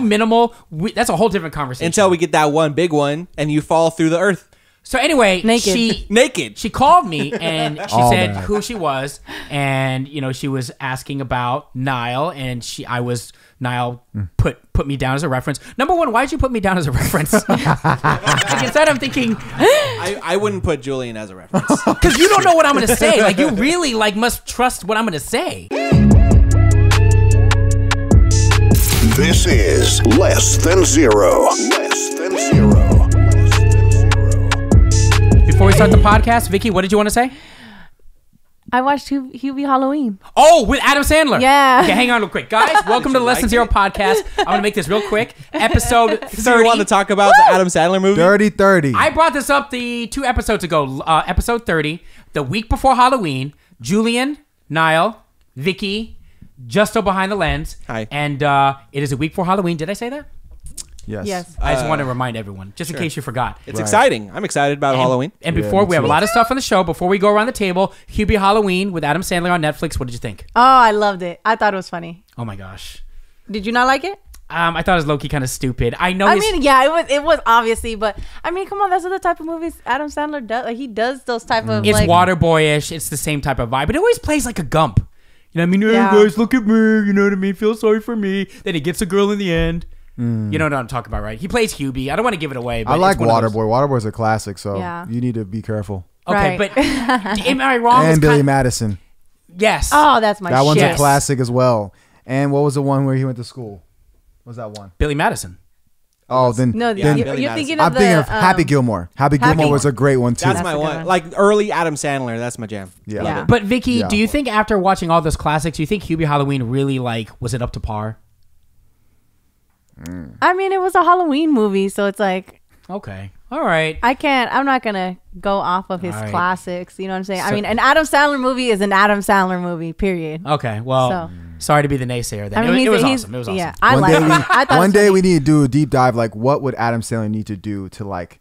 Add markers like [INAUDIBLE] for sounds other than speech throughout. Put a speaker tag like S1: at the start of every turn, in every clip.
S1: minimal. We, that's a whole different conversation.
S2: until we get that one big one and you fall through the earth
S1: so anyway,
S3: Naked.
S1: she [LAUGHS]
S2: naked.
S1: she called me [LAUGHS] and she
S4: All
S1: said
S4: that.
S1: who she was and you know she was asking about Nile and she I was Nile put put me down as a reference. Number one, why'd you put me down as a [LAUGHS] reference? like instead I'm thinking
S2: I, I wouldn't put Julian as
S1: [LAUGHS]
S2: a reference.
S1: because you don't know what I'm gonna say. Like you really like must trust what I'm gonna say.
S5: This is Less Than Zero. Less Than Zero. Less than zero.
S1: Before we start the podcast, Vicky, what did you want to say?
S3: I watched Hub- Hubie Halloween.
S1: Oh, with Adam Sandler.
S3: Yeah.
S1: Okay, hang on real quick, guys. [LAUGHS] Welcome to the
S2: you
S1: Lesson
S2: like
S1: Zero
S2: it?
S1: podcast. I'm gonna make this real quick. [LAUGHS] Episode
S2: Do you
S1: thirty.
S2: want to talk about the Adam Sandler movie?
S4: Dirty thirty.
S1: I brought this up the two episodes ago. Uh, episode thirty, the week before Halloween. Julian, Niall, Vicky, Justo behind the lens.
S2: Hi.
S1: And uh, it is a week before Halloween. Did I say that?
S4: yes.
S3: Yes.
S1: I just want to remind everyone, just in case you forgot.
S2: Uh, It's exciting. I'm excited about Halloween.
S1: And
S4: Yeah,
S1: before
S4: me
S1: we have a
S4: too.
S1: lot of stuff on the show, before we go around the table, Hubie Halloween with Adam Sandler on Netflix. What did you think?
S3: Oh, I loved it. I thought it was funny.
S1: Oh my gosh.
S3: Did you not like it?
S1: Um, I thought it was low key kind of stupid. I know.
S3: I
S1: he's-
S3: mean, yeah, it was. It was obviously, but I mean, come on, that's the type of movies Adam Sandler does. Like he does those type of.
S1: Mm. it's
S3: like,
S1: Waterboyish. It's the same type of vibe, but it always plays like a Gump. You know what I mean? Hey
S3: Yeah.
S1: guys, look at me. You know what I mean? Feel sorry for me. Then he gets a girl in the end. You know what I'm talking about, right? He plays Hubie. I don't want to give it away. But
S4: Mm. I like
S1: it's one of those-
S4: Waterboy. Waterboy's a classic, so
S3: Yeah.
S4: you need to be careful.
S1: Okay,
S3: Right. [LAUGHS]
S1: but am I wrong? It's
S4: And Billy
S1: kind-
S4: Madison.
S1: Yes.
S3: Oh, that's my.
S4: That one's
S1: Yes.
S4: a classic as well. And what was the one where he went to school? What was that one?
S1: Billy Madison.
S4: Oh, then
S3: No,
S4: then
S3: you, are
S2: Billy Madison.
S3: thinking of
S4: I'm
S3: the.
S4: thinking of Happy
S3: um,
S4: Gilmore. Happy
S3: Happy-
S4: Gilmore was a great one too.
S2: That's,
S3: That's
S2: my
S3: a good
S2: one.
S3: one.
S2: Like early Adam Sandler. That's my jam.
S4: yeah.
S3: Yeah.
S1: But Vicky,
S4: Yeah.
S1: do you think after watching all those classics, do you think Hubie Halloween really like was it up to par?
S3: I mean, it was a Halloween movie, so it's like
S1: Okay. All right.
S3: I can't. I'm not gonna go off of his
S1: All right.
S3: classics. You know what I'm saying? I
S1: So-
S3: mean, an Adam Sandler movie is an Adam Sandler movie. Period.
S1: Okay. Well,
S3: So-
S1: sorry to be the naysayer. Then
S3: I mean,
S1: it,
S3: he's,
S1: was, it was
S3: he's,
S1: awesome. It was awesome.
S3: Yeah, I
S4: one
S3: like.
S4: day
S3: it.
S4: we,
S3: [LAUGHS] I thought it
S4: one
S3: was
S4: day
S3: funny.
S4: we need to do a deep dive. Like, what would Adam Sandler need to do to like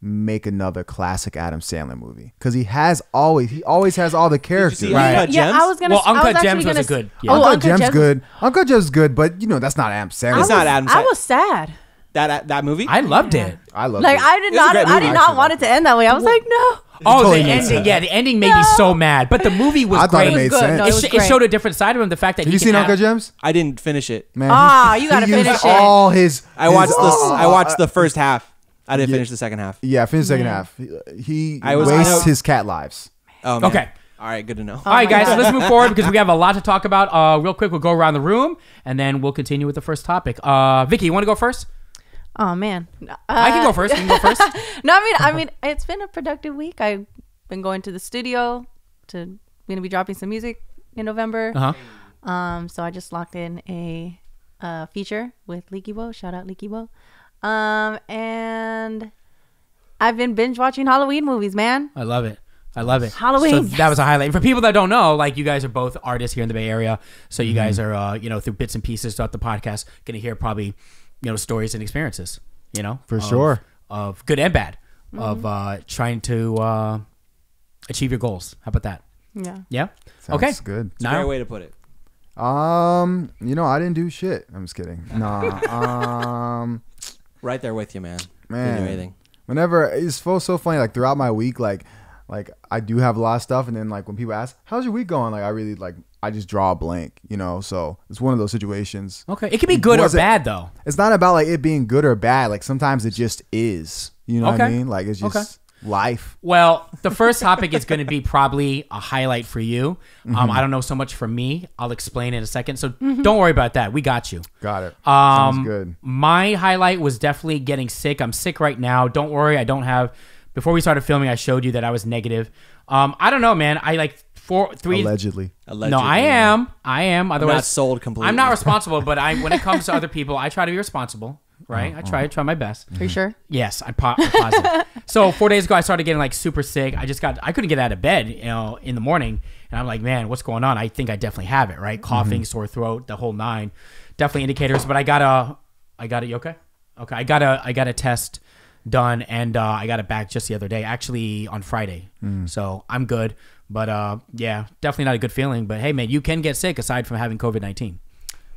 S4: make another classic Adam Sandler movie? Because he has always he always has all the characters.
S2: see Right. Uncut
S3: Yeah,
S2: Gems?
S3: I was gonna.
S1: Well,
S3: I was
S1: Uncut
S3: actually
S1: Gems was
S3: gonna
S1: a
S3: s-
S1: good- yeah.
S3: Oh,
S4: Uncle,
S3: Uncut
S4: Jim's
S3: Gems-
S4: good. Uncle Jim's good, but you know that's not Adam Sandler.
S2: It's
S3: I
S2: not Adam
S3: was- I
S2: Sandler.
S3: was sad.
S2: That that, that movie.
S1: I loved it.
S4: I love
S3: Like
S4: it.
S3: I
S2: It
S3: did
S2: was a
S3: not.
S2: great
S3: I
S2: movie.
S3: did not want it to end that way. I was like, no.
S1: Oh,
S4: totally
S1: the
S4: made
S1: ending.
S4: sense.
S1: Yeah, the ending made me so mad. But the movie was
S4: I thought
S1: great.
S4: it made
S3: good.
S4: sense.
S3: No,
S1: It,
S3: it was
S1: sh- it
S3: great.
S1: showed a different side of him. The fact that
S4: Have
S1: he
S4: you
S1: can
S4: seen
S1: have-
S4: Uncle Jim's?
S2: I didn't finish it.
S4: Man,
S3: Ah, you gotta
S4: he used
S3: finish it.
S4: all his.
S2: I
S4: his-
S2: watched the
S4: uh,
S2: I watched the first half. I didn't
S4: Yeah.
S2: finish the second half.
S4: Yeah, finish second half. He- He
S2: I was-
S4: wastes
S2: I know-
S4: his cat lives.
S2: Oh, man.
S1: Okay.
S2: All right. Good to know.
S1: All right,
S3: Oh my
S1: guys,
S3: God.
S1: let's move forward because we have a lot to talk about. Uh, real quick, we'll go around the room and then we'll continue with the first topic. Uh, Vicky, you want to go first?
S3: Oh man.
S1: I
S3: Uh,
S1: can go first. You can go
S3: [LAUGHS]
S1: first. Uh-huh.
S3: No, I mean, I mean, it's been a productive week. I've been going to the studio to I'm gonna be dropping some music in November.
S1: Uh-huh.
S3: Um, so I just locked in a, uh feature with Leaky Bo. Shout out Leaky Bo. Um, and I've been binge watching Halloween movies, man.
S1: I love it. I love it.
S3: Halloween,
S1: So
S3: yes.
S1: that was a highlight. For people that don't know, like you guys are both artists here in the Bay Area, so you guys
S4: Mm-hmm.
S1: are, uh, you know, through bits and pieces throughout the podcast, gonna hear probably, you know, stories and experiences. You know,
S4: For
S1: of-
S4: sure.
S1: of good and bad, of uh, trying to uh, achieve your goals. How about that?
S3: Yeah.
S1: Yeah.
S4: Sounds
S1: okay.
S4: good.
S2: Great
S1: Niall?
S2: way to put it.
S4: Um, you know, I didn't do shit. I'm just kidding.
S3: [LAUGHS]
S4: Nah. um,
S2: Right there with you, man. Didn't do
S4: Man.
S2: anything.
S4: whenever it's so so funny. Like throughout my week, like like I do have a lot of stuff, and then like when people ask, "How's your week going?" Like I really like I just draw a blank, you know. So it's one of those situations.
S1: Okay. It could be good or
S4: Was it-
S1: bad though.
S4: It's not about like it being good or bad. Like sometimes it just is. You know what I
S1: Okay.
S4: mean? Like it's just
S1: Okay.
S4: life.
S1: Well, the first topic is going to
S4: [LAUGHS]
S1: be probably a highlight for you.
S4: Mm-hmm.
S1: Um, I don't know so much for me. I'll explain in a second. So don't worry about that. We got you.
S4: Got it.
S1: Um,
S4: Sounds good.
S1: My highlight was definitely getting sick. I'm sick right now. Don't worry. I don't have. Before we started filming, I showed you that I was negative. Um, I don't know, man. I like four, three.
S4: Allegedly.
S2: Allegedly.
S1: No, I am. I am. Otherwise,
S2: sold completely.
S1: I'm not responsible. But I, when it comes to other people, I try to be responsible. Right? I try. I try my best.
S3: Are you sure?
S1: Yes, I po- I'm positive. so four days ago, I started getting like super sick. I just got I couldn't get out of bed, you know, in the morning, and I'm like, man, what's going on? I think I definitely have it, right? Coughing,
S4: Mm-hmm.
S1: sore throat, the whole nine, definitely indicators. But I got a, I got it. You okay? Okay, I got a, I got a test done, and uh, I got it back just the other day, actually on Friday.
S4: Mm.
S1: So I'm good, but uh, yeah, definitely not a good feeling. But hey, man, you can get sick aside from having COVID nineteen.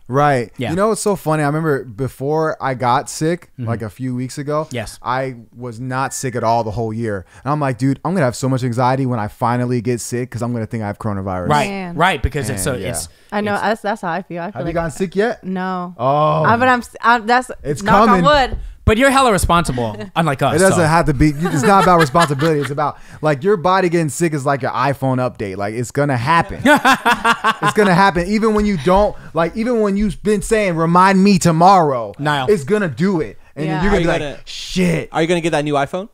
S4: Right.
S1: Yeah. Mm-hmm.
S4: You know it's so funny. I remember before I got sick, like a few weeks ago.
S1: Yes.
S4: I was not sick at all the whole year, and I'm like, dude, I'm gonna have so much anxiety when I finally get sick because I'm gonna think I have coronavirus.
S1: Right,
S3: Man.
S1: right, because it's so
S4: Man, yeah.
S1: it's
S3: I know that's that's how I feel. I feel
S4: Have
S3: like
S4: you gotten sick yet?
S3: no.
S4: Oh.
S3: I, but I'm s- I, that's
S4: It's
S3: knock
S4: coming.
S3: on wood.
S1: but you're hella responsible, unlike us.
S4: It doesn't
S1: so.
S4: have to be. It's not about responsibility. It's about like your body getting sick is like your iPhone update. Like it's gonna happen. it's gonna happen. Even when you don't like, even when you've been saying "remind me tomorrow,"
S1: Niall.
S4: it's gonna do it, and
S3: Yeah.
S4: then you're gonna
S2: Are
S4: be
S2: you
S4: like,
S2: gonna-
S4: "Shit,
S2: Are you gonna get that new iPhone?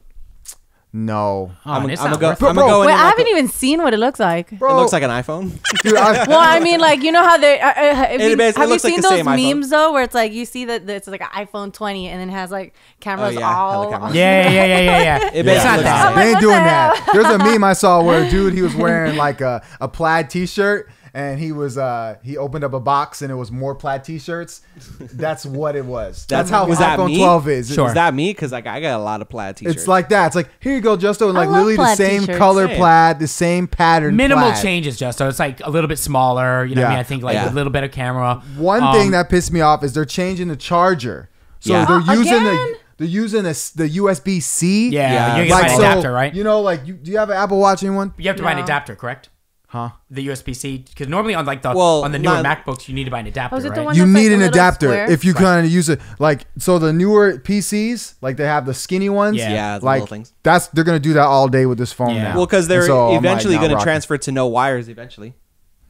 S4: no,
S1: Oh, and
S2: I'm,
S1: it's
S2: I'm
S1: not
S2: gonna
S1: worth
S2: go.
S1: it.
S2: I'm gonna go in
S3: Wait,
S2: and
S3: I
S2: like-
S3: haven't even seen what it looks like.
S4: bro."
S2: It looks like an
S4: [LAUGHS]
S2: iPhone.
S4: dude, I-
S3: Well, I mean, like you know how they uh, uh, have
S2: It
S3: you,
S2: is- it
S3: have you
S2: looks like
S3: seen
S2: the
S3: those
S2: same iPhone.
S3: memes though, where it's like you see that that it's like an iPhone 20 and then it has like cameras
S2: Oh, yeah,
S3: all.
S2: helicameras.
S1: Yeah, yeah, yeah, yeah, yeah.
S2: [LAUGHS] It
S1: it's not
S2: basically
S1: that.
S2: looks
S4: They ain't
S3: what
S4: doing
S3: the
S4: that. There's a meme I saw where a dude he was wearing like a, a plaid t-shirt and he was uh he opened up a box and it was more plaid t-shirts. That's what it was. That's, how
S2: was that
S4: iPhone
S2: me?
S4: 12 is. It's-
S1: Sure.
S2: Is that me? Because like I got a lot of plaid t-shirts.
S4: It's like that. It's like here you go, Justo, and like
S3: love
S4: literally the
S3: plaid
S4: same
S3: t-shirts.
S4: color
S2: Same.
S4: plaid, the same pattern.
S1: minimal
S4: plaid.
S1: changes just so it's like a little bit smaller you know what i
S4: Yeah.
S1: mean i think like
S2: Yeah.
S1: a little better camera
S4: One
S1: Um,
S4: thing that pissed me off is they're changing the charger. So
S1: Yeah.
S4: they're
S3: Uh, [GASPS]
S4: using
S3: again?
S4: the they're using this the USB C.
S1: yeah, you
S2: Yeah.
S1: have to buy an
S4: so,
S1: adapter right
S4: You know, like you, do you have an Apple Watch? Anyone?
S1: you have to buy an
S3: No.
S1: adapter correct
S4: Huh?
S1: the usb-c because normally on like the
S2: Well,
S1: on the newer
S2: not-
S1: macbooks you need to buy an adapter
S3: Was Oh, it the
S1: right
S3: one-
S4: you
S3: that's, like,
S4: need
S3: a
S4: an
S3: little
S4: adapter
S3: square.
S4: if you kind of use it like so the newer pcs like they have the skinny ones
S1: Yeah.
S2: Yeah, the
S4: like
S2: little things.
S4: that's they're gonna do that all day with this phone
S1: Yeah.
S4: now
S2: well, because they're
S4: And so I'm, like,
S2: eventually
S4: not
S2: gonna
S4: rocking.
S2: transfer to no wires eventually.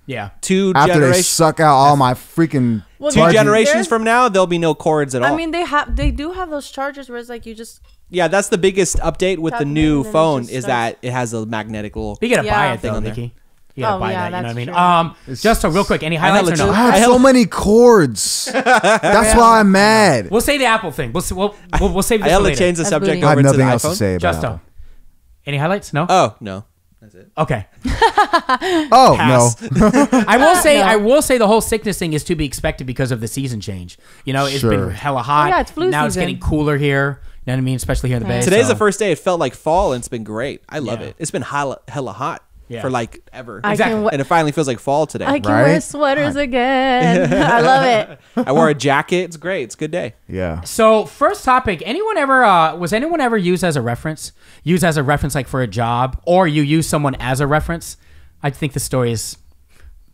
S1: yeah
S2: Two
S4: after they
S2: generations.
S4: suck out all my freaking
S3: Well,
S2: Two
S3: Budget.
S4: budget.
S2: generations
S3: There's-
S2: from now, there'll be no cords at all.
S3: I mean, they have they do have those chargers where it's like you just
S2: yeah, that's the biggest update with the
S3: That's
S2: new
S3: amazing, it's
S2: phone
S3: just
S2: is
S3: so-
S2: that it has a magnetic little.
S1: you gotta buy
S3: Yeah.
S1: it though
S2: Thing on there.
S1: Nikki. you gotta
S3: Oh,
S1: buy that
S3: yeah,
S1: you know what i
S3: that's
S1: mean
S3: true.
S1: um just so real quick any highlights or
S2: legit-
S1: no
S4: i have
S2: I
S4: so
S2: have-
S4: many cords that's why i'm mad
S1: we'll say the apple thing we'll see we'll we'll, we'll save
S2: I
S1: this for
S2: had to
S1: later
S2: change the
S3: That's
S2: subject
S3: booty.
S4: i
S2: over
S4: have
S2: to the
S4: nothing else to
S2: iPhone.
S4: say about
S1: justo
S4: Apple.
S1: any highlights no
S2: Oh no, that's it.
S1: okay
S4: oh
S2: Pass.
S4: no
S1: I will say,
S3: Uh, No.
S1: I will say, the whole sickness thing is to be expected because of the season change. You know, it's
S4: Sure.
S1: been hella hot.
S3: Oh, yeah, it's flu
S1: Now it's
S3: season.
S1: getting cooler here. You know what I mean? Especially here in the Bay.
S2: Today's
S1: so-
S2: the first day it felt like fall and it's been great. I love
S1: Yeah.
S2: it. It's been hella, hella hot
S1: Yeah.
S2: for like ever.
S3: I
S1: Exactly.
S3: can wa-
S2: and it finally feels like fall today.
S3: I
S2: I,
S3: can wear
S4: Right?
S3: sweaters again. [LAUGHS] I love it.
S2: wore a jacket. It's great. It's a good day.
S4: yeah
S1: So first topic. Anyone ever uh, was anyone ever used as a reference? Used as a reference, like for a job, or you use someone as a reference? I think the story is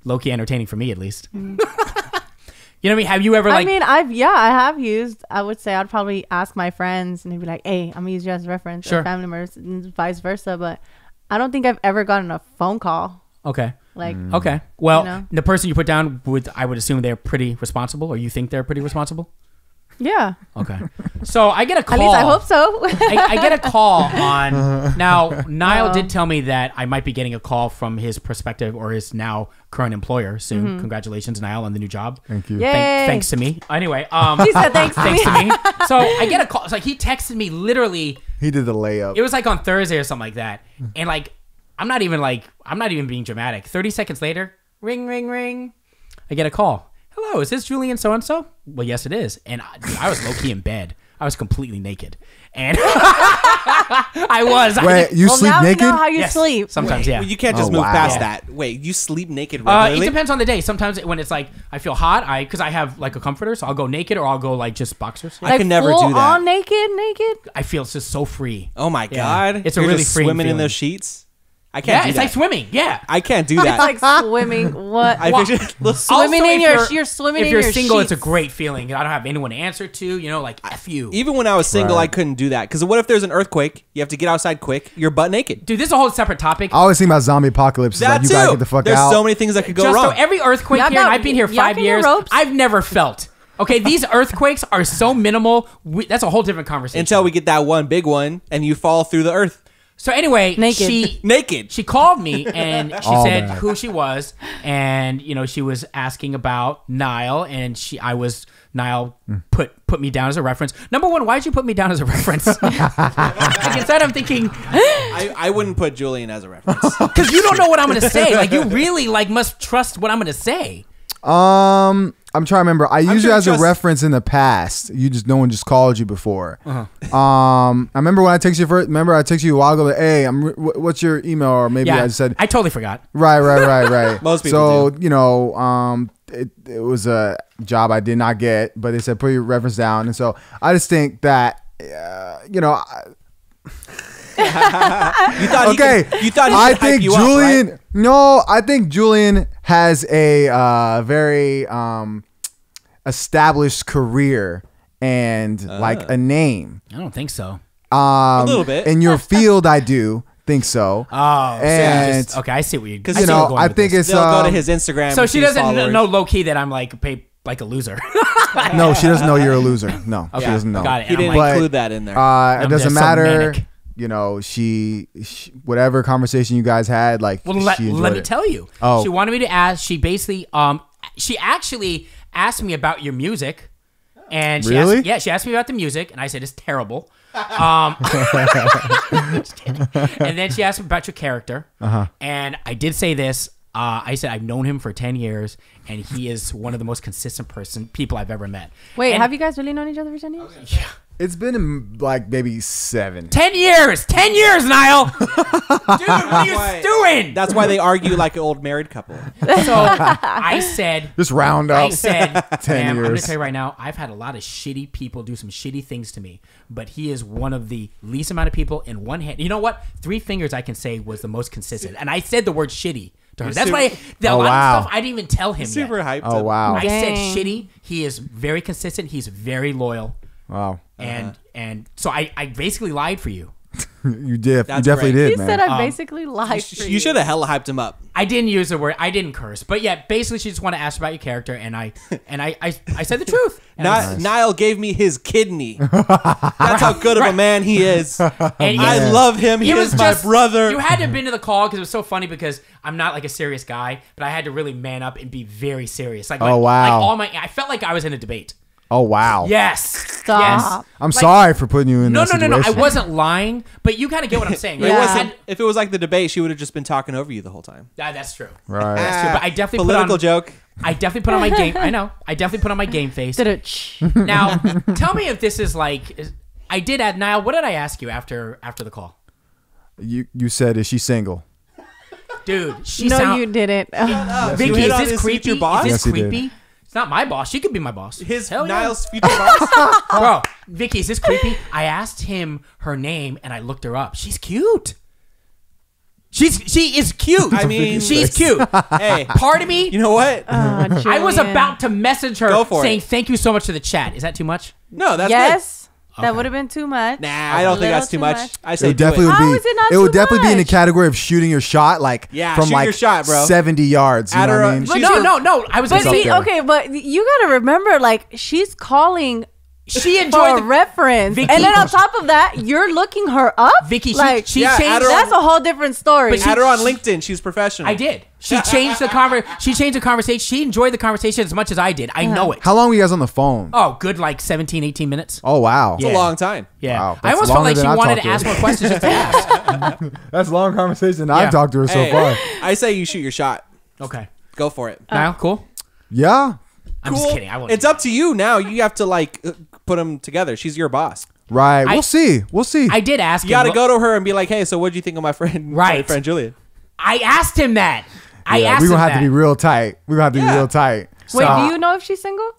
S1: low key entertaining for me, at least. you know what I mean? Have [LAUGHS] you ever like?
S3: Mm. I mean, I've yeah, I have used. I would say I'd probably ask my friends and they'd be like, "Hey, I'm gonna use you as a reference,"
S1: Sure.
S3: or family members, and vice versa. But I don't think I've ever gotten a phone call
S1: okay.
S3: like.
S1: Okay. Well,
S3: know?
S1: the person you put down would I would assume they're pretty responsible, or you think they're pretty responsible.
S3: Yeah,
S1: Okay. So I get a call.
S3: at least I hope so. [LAUGHS]
S1: I, I get a call on now. Niall
S3: Oh.
S1: did tell me that I might be getting a call from his prospective or his now current employer soon. Congratulations, Niall, on the new job. Thank
S4: you.
S3: Mm-hmm. Yay.
S1: thanks to me. Anyway, um,
S3: [LAUGHS] he said thanks to
S1: thanks
S3: me.
S1: to me.
S3: [LAUGHS]
S1: So I get a call. It's like he texted me literally.
S4: he did the layup
S1: It was like on Thursday or something like that. And like, I'm not even like, I'm not even being dramatic. Thirty seconds later, ring, ring, ring. I get a call. Hello, is this Julian so and so? Well, yes, it is. And I, dude, I was low key in bed. I was completely naked, and [LAUGHS] I was. I
S4: wait you
S3: well,
S4: sleep
S3: now
S4: naked
S3: we know how you
S1: Yes,
S3: sleep.
S1: Sometimes, yeah.
S2: Well, you can't just
S4: Oh,
S2: move
S4: wow.
S2: past
S1: Yeah.
S2: that. Wait, you sleep naked
S1: uh,
S2: regularly?
S1: it depends on the day. Sometimes it- when it's like I feel hot, I because I have like a comforter, so I'll go naked or I'll go like just boxers.
S2: I can never
S3: full
S2: do
S3: On
S2: that.
S3: naked, naked.
S1: I feel it's just so free.
S2: Oh my
S1: Yeah.
S2: god,
S1: It's a
S2: You're
S1: really
S2: just
S1: freeing
S2: swimming in
S1: feeling.
S2: those sheets. I can't
S1: Yeah,
S2: do
S1: it's
S2: that.
S1: like swimming. Yeah,
S2: I
S1: [LAUGHS]
S2: can't do
S3: It's
S2: that.
S3: [LAUGHS] like swimming. What?
S2: I
S1: Wha- [LAUGHS]
S2: picture
S3: Swimming
S1: if
S3: in your- you're swimming
S1: If
S3: in
S1: you're
S3: your
S1: single, it's a
S3: sheets.
S1: great feeling. I don't have anyone to answer to. You know, like f you.
S2: Even when I was single, I couldn't do that. Because what if there's an earthquake? You have to get outside quick. You're butt naked.
S1: Dude, this is a whole separate topic.
S4: i always think about zombie apocalypse
S2: That
S4: like you
S2: too.
S4: gotta get the fuck
S2: there's
S4: out
S2: so many things that could go
S1: Just
S2: wrong.
S1: so every earthquake
S3: Y'all
S1: here, and
S3: got-
S1: I've been here
S3: y'all
S1: five
S3: got your
S1: years.
S3: ropes?
S1: I've never felt.
S3: [LAUGHS]
S1: Okay, these earthquakes are so minimal. We, that's a whole different conversation.
S2: until we get that one big one, and you fall through the earth
S1: so anyway,
S3: Naked.
S1: she
S2: naked.
S1: she called
S3: [LAUGHS]
S1: me and she
S4: All
S1: said
S4: that.
S1: who she was and you know she was asking about Nile and she I was Nile
S4: Hmm.
S1: put put me down as a reference. Number one, why'd you put me down as a
S4: [LAUGHS]
S1: reference? like instead I'm thinking [GASPS]
S2: I, I wouldn't put Julian as a
S4: [LAUGHS]
S2: reference.
S1: because you don't know what I'm gonna say. Like you really like must trust what I'm gonna say.
S4: Um, I'm trying to remember. I use
S2: sure
S4: you as
S2: just-
S4: a reference in the past. You just no one just called you before. Um, I remember when I text you first. Remember I text you a while ago. Like, hey, I'm. Re- wh- what's your email? Or maybe
S1: Yeah,
S4: I said.
S1: I totally forgot.
S2: [LAUGHS]
S4: right, right, right, right.
S2: Most people
S4: So you know, um, it, it was a job I did not get, but they said put your reference down, and so I just think that uh, you know, I-
S2: You thought He
S4: okay,
S2: could, you thought he
S4: I
S2: could hype
S4: think
S2: you up,
S4: Julian.
S2: right?
S4: No, I think Julian has a uh, very um, established career and
S2: Uh.
S4: like a name.
S1: I don't think so.
S4: Um, a
S2: little bit.
S4: in your field. I do
S2: [LAUGHS]
S4: think so.
S1: Oh, so you
S4: and
S1: just- okay, I see what you.
S2: Because,
S1: I
S4: you
S1: see where you're
S4: know,
S1: going
S4: I
S1: with
S4: think
S1: this.
S4: it's
S2: They'll go to
S4: um,
S2: his Instagram.
S1: so. She
S2: his
S1: doesn't
S2: followers.
S1: know low key that I'm like pay, like a
S4: [LAUGHS]
S1: loser.
S4: no. She doesn't know you're a loser.
S2: [LAUGHS]
S4: No, she doesn't know.
S1: Got it.
S2: He
S1: And I'm
S2: didn't
S1: like,
S4: But,
S2: include that in there.
S4: Uh, it
S1: I'm
S4: doesn't
S1: just so
S4: matter.
S1: manic.
S4: you know, she, she whatever conversation you guys had, like
S1: Well, [LAUGHS] let,
S4: she enjoyed
S1: let me
S4: it.
S1: tell you.
S4: Oh.
S1: She wanted me to ask. She basically, um, she actually asked me about your music, and she
S4: Really?
S1: asked, yeah, she asked me about the music, and I said it's terrible. Um, [LAUGHS] and then she asked me about your character, uh-huh. and I did say this. Uh, I said I've known him for ten years, and he is one of the most consistent person people I've ever met.
S3: Wait,
S1: And- [LAUGHS]
S3: have you guys really known each other for ten years?
S4: It's been mm, like maybe seven.
S1: Ten years, ten years,
S4: [LAUGHS]
S1: Niall. Dude, what are you
S2: Why-
S1: doing?
S2: That's why they argue like an old
S1: [LAUGHS]
S2: married couple.
S1: so I said
S4: Just round
S1: I
S4: up.
S1: said, "Ma'am, I'm gonna
S4: years.
S1: tell you right now, I've had a lot of shitty people do some shitty things to me, but he is one of the least amount of people in one hand. You know what? Three fingers I can say was the most consistent, and I said the word shitty to her.
S2: You're
S1: That's
S2: super-
S1: why I, the, a
S4: Oh,
S1: lot
S4: wow.
S1: of stuff I didn't even tell him.
S2: Super
S1: yet.
S2: hyped.
S4: [LAUGHS] Oh
S2: up.
S4: wow,
S1: I said
S3: Dang.
S1: shitty. He is very consistent. He's very loyal,
S4: wow, [LAUGHS]
S1: and and so I I basically lied for you.
S4: you did. You
S2: That's
S4: definitely
S2: great.
S4: did,
S3: He
S4: man.
S3: said I basically lied.
S2: You- You should have hella hyped him up.
S1: I didn't use the word. I didn't curse, but yeah, basically she just wanted to ask about your character, and I and I I, I said the
S2: [LAUGHS]
S1: truth. And I
S2: Ni- Niall gave me his kidney.
S4: [LAUGHS]
S2: That's how good of a man he is.
S1: And he
S2: I
S1: was-
S2: love him. He
S1: It
S2: is my brother.
S1: You had to have been to the call because it was so funny because I'm not like a serious guy, but I had to really man up and be very serious. Like, my-
S4: Oh, wow.
S1: like all my I felt like I was in a debate.
S4: oh wow.
S1: Yes,
S3: Stop.
S1: Yes.
S4: I'm
S1: Like-
S4: sorry for putting you in
S1: No,
S4: that
S1: no, no, no. I
S4: situation.
S1: wasn't lying, but you kind of
S4: [LAUGHS]
S1: get what I'm saying. Right?
S2: It
S3: Yeah.
S2: wasn't, if it was like the debate, she would have just been talking over you the whole time.
S1: Ah, that's true.
S4: Right.
S1: That's true. But I definitely put
S2: Political
S1: on,
S2: joke.
S1: I definitely put on my
S3: [LAUGHS]
S1: game. I know. I definitely put on my game face.
S3: Did [LAUGHS]
S1: Now, tell me if this is like. is- I did add Niall. What did I ask you after after the call,
S4: You you said is she single?
S1: dude? She
S3: No,
S1: sound-
S3: you didn't. Oh,
S2: You
S1: Vicky,
S2: hit
S1: is
S2: on
S1: this
S2: his future
S1: creepy?
S2: boss?
S1: Is
S4: Yes,
S1: this
S4: he did.
S1: creepy? It's not my boss. She could be my boss.
S2: His
S1: Hell yeah.
S2: Niall's
S1: [LAUGHS]
S2: future boss.
S1: bro. Vicky, is this creepy? I asked him her name and I looked her up. She's cute. She's she is cute. I
S2: mean-
S1: she's cute.
S2: [LAUGHS] hey,
S1: Part of me,
S2: you know what?
S1: I was about to message her
S2: Go for
S1: saying
S2: it.
S1: thank you so much to the chat. Is that too much?
S2: No, that's good.
S3: yes, that would have been too much.
S2: Nah, I don't think
S3: Little
S2: that's too much. I
S4: It
S2: say
S4: would
S2: do
S4: definitely
S2: it.
S3: How
S4: be.
S3: is it not too
S4: would definitely be in the
S3: much?
S4: category of shooting your shot, like
S2: Yeah,
S4: from
S2: shoot
S4: like
S2: your shot, bro.
S4: seventy yards. You
S2: Add
S4: know
S2: her
S4: what I
S2: up.
S4: mean?
S1: But
S2: She's
S1: no,
S2: your-
S1: no, no. I was
S3: But
S1: gonna
S4: up
S1: say
S3: see,
S4: there.
S3: okay, but you gotta remember, like she's calling
S1: she
S3: for
S1: enjoyed
S3: a
S1: the
S3: reference,
S1: Vicky-
S3: and then on top of that, you're looking her up.
S1: Vicky, she-
S3: like
S1: she
S2: Yeah, changed- add her on-
S3: That's a whole different story.
S1: But she-
S2: Add her on LinkedIn. She's professional.
S1: I did.
S2: [LAUGHS]
S1: She changed the conver- she changed the conversation. She enjoyed the conversation as much as I did. I know it.
S4: Uh-huh. How long were you guys on the phone?
S1: Oh, good like 17, 18 minutes.
S4: Oh wow,
S2: It's
S1: Yeah.
S2: a long time.
S1: Yeah.
S4: Wow,
S1: I
S4: that's
S1: almost felt
S4: longer
S1: like she
S4: than I've
S1: wanted
S4: talked
S1: to
S4: to
S1: ask
S4: her.
S1: more questions just to
S4: [LAUGHS]
S1: ask.
S4: that's a long conversation.
S1: Yeah.
S4: I've talked to her
S2: Hey,
S4: so far.
S2: I say you shoot your shot.
S1: Okay.
S2: Go for
S4: Uh.
S2: it.
S1: Niall, cool.
S4: Yeah,
S1: I'm just kidding. I won't.
S2: It's
S1: do
S2: up to you now. You have to like uh, put them together. She's your boss.
S4: right.
S1: I-
S4: we'll see. We'll see.
S1: that. I did ask.
S2: You got to
S1: him,
S2: go to her and be like, "Hey, so what do you think of my friend, [LAUGHS] my
S1: Right.
S2: friend Julia?"
S1: I asked him that. I
S4: yeah,
S1: asked
S4: we
S1: him
S4: gonna have
S1: that.
S4: to be real tight. We gonna have to
S2: Yeah.
S4: be real tight.
S3: Wait,
S4: So-
S3: do you know if she's single?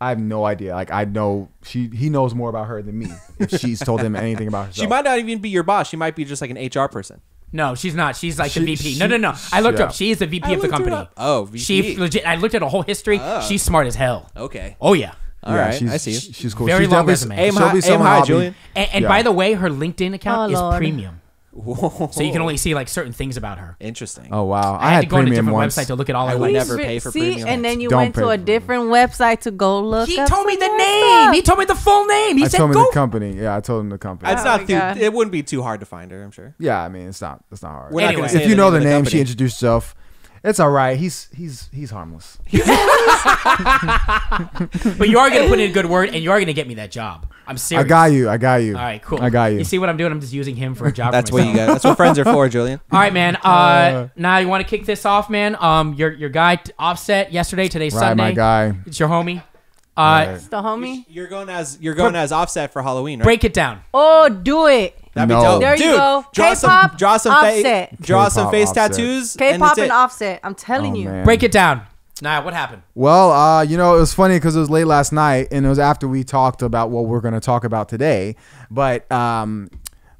S4: I have no idea. Like I know she, he knows more about her than me. If she's told him
S1: [LAUGHS]
S4: anything about herself,
S2: She might not even be your boss. She might be just like an HR person.
S1: no, she's not. She's like the
S4: She-
S1: VP.
S4: she-
S1: no, no, no. I looked
S4: yeah.
S1: up. She is the VP
S2: I
S1: of the
S2: looked her
S1: company.
S2: up. Oh, Uh. VP.
S1: She legit. I looked at her whole history. She's smart as hell.
S2: Okay.
S1: Oh yeah.
S2: All right.
S4: she's,
S2: I see you.
S4: She's cool.
S1: Very
S4: she's
S1: long
S4: definitely-
S1: resume.
S2: Aim
S4: she'll
S2: high- aim
S4: someone
S2: high,
S4: I'll be-
S2: Julian.
S1: And, and
S4: Yeah.
S1: by the way, her LinkedIn account
S3: Oh,
S1: is
S3: Lord.
S1: premium,
S2: Whoa.
S1: so you can only see like certain things about her.
S2: Interesting.
S4: Oh wow,
S1: I,
S4: I,
S1: had,
S4: had
S1: to go on a
S4: premium
S1: different
S4: once.
S1: website to look at all
S2: I
S1: her
S2: would
S1: links.
S2: never pay for
S3: see,
S2: premium.
S3: and then you
S4: Don't
S3: went
S4: pay
S3: to a
S4: for
S3: different website to go look.
S1: He
S3: up
S1: told me
S3: some
S1: the
S3: more
S1: name.
S3: stuff.
S1: He told me the full name. He
S4: I
S1: said,
S4: told him
S1: "Go."
S4: the company. Yeah, I told him the company.
S2: It's
S3: Oh my
S2: not. Too,
S3: God.
S2: it wouldn't be too hard to find her. I'm sure.
S4: yeah, I mean, it's not. It's not hard.
S2: We're not gonna
S1: Anyway.
S2: say
S4: if you know the
S2: of
S4: name, she
S2: company.
S4: introduced herself. It's all right. He's he's he's harmless.
S1: but you are gonna put in a good word, and you are gonna get me that job. I'm
S4: I
S1: serious.
S4: got you. I got you.
S1: All right, cool.
S4: I got you.
S1: You see what I'm doing? I'm just using him for a job.
S2: That's
S1: for
S2: what
S1: myself.
S2: you got. That's what friends are for,
S3: [LAUGHS]
S2: Julian.
S1: All right, man. Uh, now you want to kick this off, man? Um, your your guy t- Offset yesterday, today
S4: Right,
S1: Sunday.
S4: my guy.
S1: It's your homie. Uh,
S4: Right.
S3: The homie.
S2: You're going as you're going as Offset for Halloween, right?
S1: break it down.
S3: Oh, do it.
S2: That'd
S4: No.
S2: be dope.
S4: There
S3: you
S2: Dude,
S3: go.
S2: Draw some
S3: K-pop,
S2: draw some fa-
S3: Offset.
S2: draw some
S4: K-pop
S2: face
S4: Offset.
S2: tattoos.
S3: K-pop
S2: that's
S3: and
S2: it.
S3: Offset. I'm telling
S4: Oh,
S3: you.
S4: man.
S1: Break it down. Nah, what happened?
S4: Well, uh, you know, it was funny because it was late last night and it was after we talked about what we're going to talk about today. But um,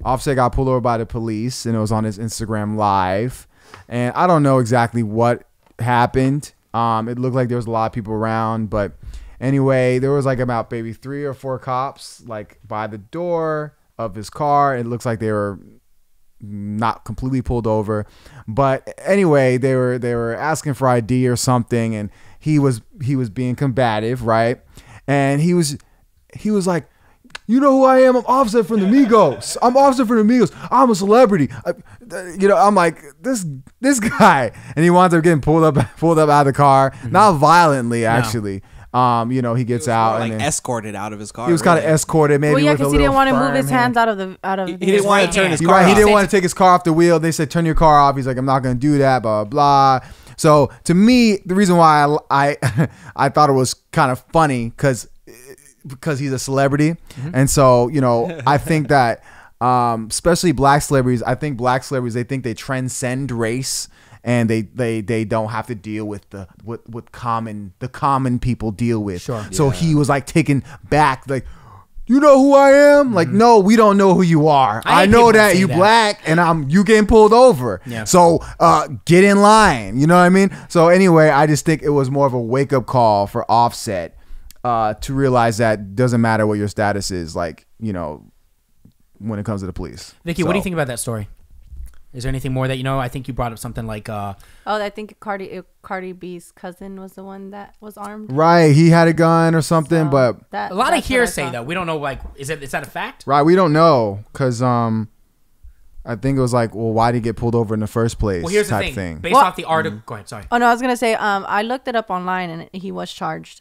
S4: Offset got pulled over by the police and it was on his Instagram live. And I don't know exactly what happened. Um, it looked like there was a lot of people around. But anyway, there was like about maybe three or four cops like by the door of his car. It looks like they were not completely pulled over but anyway they were they were asking for id or something and he was he was being combative right and he was he was like you know who i am i'm offset from the migos i'm offset from the migos i'm a celebrity I- th- you know i'm like this this guy and he winds up getting pulled up [LAUGHS] pulled up out of the car not violently actually um you know he gets out
S2: like
S4: and then
S2: escorted out of his car.
S4: he was kind of
S2: really.
S4: escorted maybe
S3: well, yeah,
S4: with a
S3: because he didn't
S4: little
S3: want to move
S4: firm
S3: his
S4: hand.
S3: hands out of the out of.
S2: He didn't want to turn his
S1: hand.
S2: car.
S4: You're right. He
S2: off.
S4: didn't want to take his car off the wheel. They said turn your car off. He's like, I'm not going to do that. Blah blah. blah. So to me, the reason why I I, [LAUGHS] I thought it was kind of funny because because he's a celebrity,
S1: Mm-hmm.
S4: and so you know
S1: [LAUGHS]
S4: I think that um, especially black celebrities, I think black celebrities they think they transcend race. And they, they, they don't have to deal with the with, with common the common people deal with. Sure. So he was like taken back, like, you know who I am? Like, no, we don't know who you are.
S1: Mm-hmm. I
S4: I,
S1: hate people
S4: know
S1: that
S4: that
S1: say
S4: you
S1: that.
S4: black and I'm you getting pulled over.
S1: Yeah.
S4: So uh, get in line. You know what I mean? So anyway, I just think it was more of a wake up call for offset uh, to realize that doesn't matter what your status is, like, you know, when it comes to the police.
S1: Vicky, what do you
S4: So-
S1: think about that story? Is there anything more that you know? I think you brought up something like uh,
S3: Oh, I think Cardi uh, Cardi B's cousin was the one that was armed.
S4: Right, he had a gun or something,
S3: So
S4: but
S3: that,
S1: a lot of
S3: that's what I
S1: hearsay
S3: saw.
S1: though. We don't know. Like, is it is that a fact?
S4: right, we don't know because um, I think it was like, well, why did he get pulled over in the first place?
S1: Well, here's the
S4: type
S1: thing.
S4: thing.
S1: Based
S3: Well-
S1: off the article, go ahead. Sorry.
S3: Oh no, I was gonna say. Um, I looked it up online, and he was charged.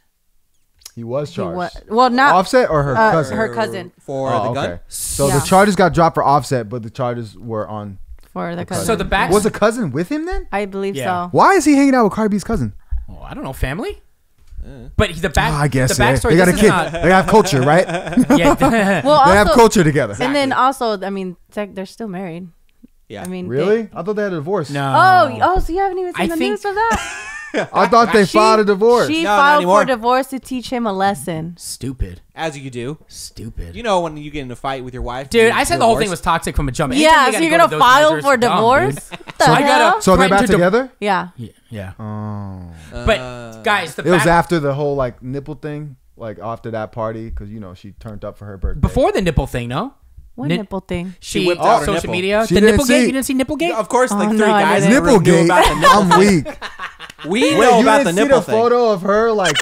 S4: He was
S3: He
S4: charged.
S3: wa- well, not
S4: Offset or her
S3: uh,
S4: cousin?
S3: Her cousin
S2: for
S4: Oh,
S2: the gun.
S4: okay. So
S3: Yeah.
S4: the charges got dropped for offset, but the charges were on.
S3: for the cousin.
S1: So the back.
S4: Was the cousin with him then?
S3: I believe
S1: Yeah.
S3: so.
S4: Why is he hanging out with Cardi B's cousin?
S1: Oh, I don't know, family. But the back.
S4: Ah, I guess
S1: the
S4: yeah.
S1: backstory.
S4: they got a
S1: this is
S4: kid.
S1: not-
S4: They have culture, right? they
S1: yeah,
S3: Well, also,
S4: have culture together.
S3: and then also, I mean, tech, they're still married.
S2: Yeah.
S3: I mean,
S4: Really?
S3: they-
S4: I thought they had a divorce.
S1: no.
S3: oh, oh, so you haven't even seen
S1: Um, I
S3: the
S1: think-
S3: news
S1: [LAUGHS]
S3: of that?
S4: I thought they filed a divorce.
S3: She
S2: No, not
S3: filed
S2: anymore.
S3: for divorce to teach him a lesson.
S1: Stupid.
S2: As you do.
S1: Stupid.
S2: You know when you get in a fight with your wife.
S1: Dude,
S2: you
S1: I said the whole thing was
S2: divorce.
S1: toxic from a jump. Anytime you
S3: yeah, so
S1: gotta
S3: you're
S1: go
S3: gonna
S1: to those
S3: file
S1: measures,
S3: for
S1: dumb, dude. [LAUGHS]
S3: divorce? the
S1: I gotta-
S3: hell?
S4: so they're back
S1: Threatened to di-
S4: together.
S3: yeah.
S1: Yeah. yeah.
S2: Uh,
S1: but guys, the
S4: Oh. It was
S1: back-
S4: after the whole like nipple thing, like after that party, because you know she turned up for her birthday.
S1: before the nipple thing, no.
S3: What
S1: Nip-
S3: nipple thing?
S1: [LAUGHS] She,
S2: whipped
S1: oh,
S2: out her
S1: social
S2: nipple.
S1: media.
S4: She
S1: the
S4: didn't
S1: nipple
S4: see-
S1: gate. You didn't see
S2: [LAUGHS]
S1: nipple gate?
S2: Of course, like
S3: Oh,
S2: three
S3: no, I
S2: guys in
S3: didn't.
S2: the room knew
S4: Nipplegate.
S2: about the
S4: [LAUGHS]
S2: nipple.
S4: I'm weak.
S2: We
S4: Wait,
S2: know
S4: you
S2: about the
S4: didn't see
S2: nipple
S4: the
S2: thing.
S4: photo of her like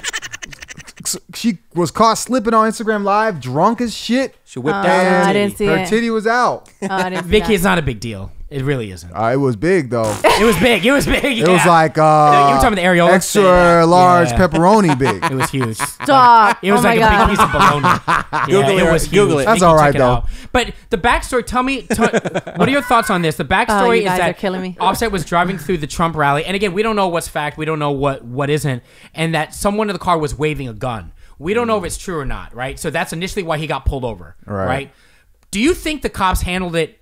S4: [LAUGHS] s- she was caught slipping on Instagram Live, drunk as shit.
S2: She whipped
S3: Uh,
S2: out. her
S3: I
S2: titty.
S3: didn't see
S4: her
S3: it.
S4: titty was out.
S3: Oh, I didn't see
S1: Vicky,
S3: that.
S1: it's not a big deal. It really isn't.
S4: [LAUGHS] Uh, it was big though.
S1: It was big. It was big. [LAUGHS]
S4: It was
S1: yeah.
S4: like uh,
S1: No, you were talking about the areola. Say that.
S4: extra large
S1: Yeah.
S4: pepperoni big.
S1: It was huge.
S3: Stop.
S1: It was
S3: oh
S1: like a
S3: my God.
S1: big piece of bologna.
S3: [LAUGHS]
S1: yeah,
S2: Google
S1: it
S2: it.
S1: was huge.
S2: Google it.
S1: You
S4: That's
S1: can
S4: all
S1: check
S4: right,
S1: it
S4: though.
S1: out. But the backstory. Tell me,
S3: [LAUGHS]
S1: tell, what are your thoughts on this? The backstory
S3: Oh, you
S1: is
S3: guys
S1: that
S3: are killing me.
S1: Offset was driving through the Trump rally, and again, we don't know what's fact. We don't know what what isn't, and that someone in the car was waving a gun. We don't know if it's true or not, right? So that's initially why he got pulled over,
S4: Right.
S1: right? Do you think the cops handled it?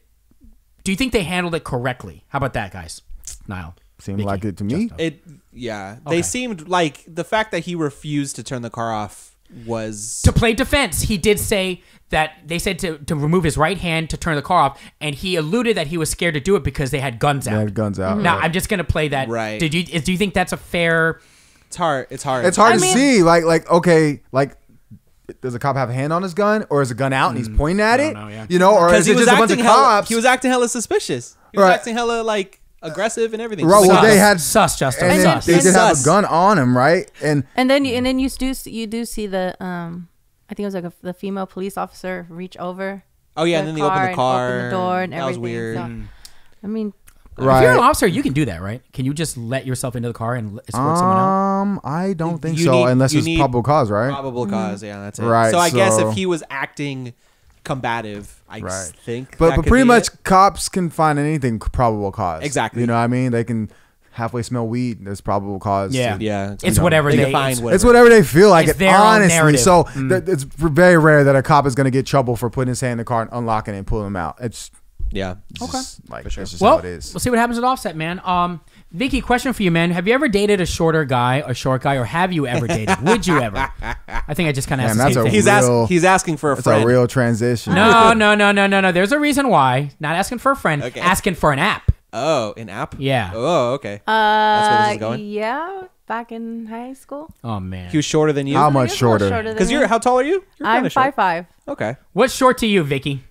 S1: Do you think they handled it correctly? How about that, guys? Niall
S4: Seemed
S1: Vicky,
S4: like it to me.
S1: Justin.
S2: It yeah. They seemed like the fact that he refused to turn the car off was
S1: to play defense, he did say that they said to, to remove his right hand to turn the car off, and he alluded that he was scared to do it because they had guns out.
S4: They had guns out.
S1: Now
S4: right.
S1: I'm just gonna play that.
S2: Right.
S1: Did you is- do you think that's a fair?
S2: it's hard. It's hard.
S4: it's hard
S3: I
S4: to
S3: mean-
S4: see. Like like okay like. Does a cop have a hand on his gun, or is a gun out and he's pointing at it?
S1: know, yeah.
S4: You know, or
S2: because
S4: is
S2: he
S4: it
S2: was
S4: just a bunch
S2: acting
S4: of
S2: hella.
S4: cops?
S2: He was acting hella suspicious. He was
S4: Right.
S2: acting hella like aggressive and everything.
S4: Right,
S2: Just
S4: well,
S2: like
S4: they
S2: us.
S4: had
S1: Sus, Justin,
S4: and then
S1: sus.
S4: they did have
S2: Sus.
S4: a gun on him, right? And
S3: And then you, and then you do s- you do see the um I think it was like a, the female police officer reach over.
S2: Oh yeah, and then they opened the car.
S3: and open the door, and
S2: that was
S3: everything.
S2: weird.
S3: so- I mean,
S4: right,
S1: If you're an officer, you can do that, right? Can you just let yourself into the car and let- escort someone out?
S4: Um, I don't think
S2: You
S4: so,
S2: need-
S4: unless
S2: you
S4: it's
S2: need
S4: probable cause, right?
S1: Mm.
S2: Probable because yeah, that's it.
S4: Right,
S2: So I guess
S4: so-
S2: if he was acting combative, I
S4: Right.
S2: think.
S4: But
S2: that
S4: but
S2: could
S4: pretty
S2: be
S4: much,
S2: it.
S4: cops can find anything c- probable cause.
S2: Exactly.
S4: You know what I mean? They can halfway smell weed. There's probable cause.
S1: Yeah.
S2: Yeah,
S1: It's whatever
S2: They
S1: they,
S2: can find
S1: it's-
S2: whatever.
S4: It's whatever they feel like.
S1: It's
S4: it,
S1: their own
S4: honestly,
S1: narrative. Mm.
S4: so th- it's very rare that a cop is going to get trouble for putting his hand in the car and unlocking it and pulling him out. It's
S2: Yeah.
S4: just, like that's just
S1: Well,
S4: how it is.
S1: we'll see what happens with Offset, man. Um, Vicky, question for you, man. Have you ever dated a shorter guy, a short guy, or have you ever dated? Would you
S4: [LAUGHS]
S1: ever? I think I just kind of asked
S4: Damn,
S1: the
S4: that's
S1: same
S4: a
S1: thing.
S2: He's
S4: Real-
S2: ask, he's asking for a
S4: That's
S2: friend.
S4: a real
S2: [LAUGHS]
S4: transition.
S1: no, no, no, no, no, no. There's a reason why. Not asking for a friend.
S2: Okay.
S1: Asking for an app.
S2: oh, an app.
S1: Yeah.
S2: Oh, okay.
S3: Uh,
S2: where this is going?
S3: yeah, back in high school.
S1: Oh man.
S2: he was shorter than you.
S4: How
S3: He
S4: much
S3: was a little
S4: shorter?
S3: than
S2: Because
S3: me.
S2: you're how tall are you? You're
S3: I'm
S2: kinda
S3: five
S2: short.
S3: five.
S2: Okay.
S1: What's short to you,
S3: [LAUGHS]
S1: Vicky?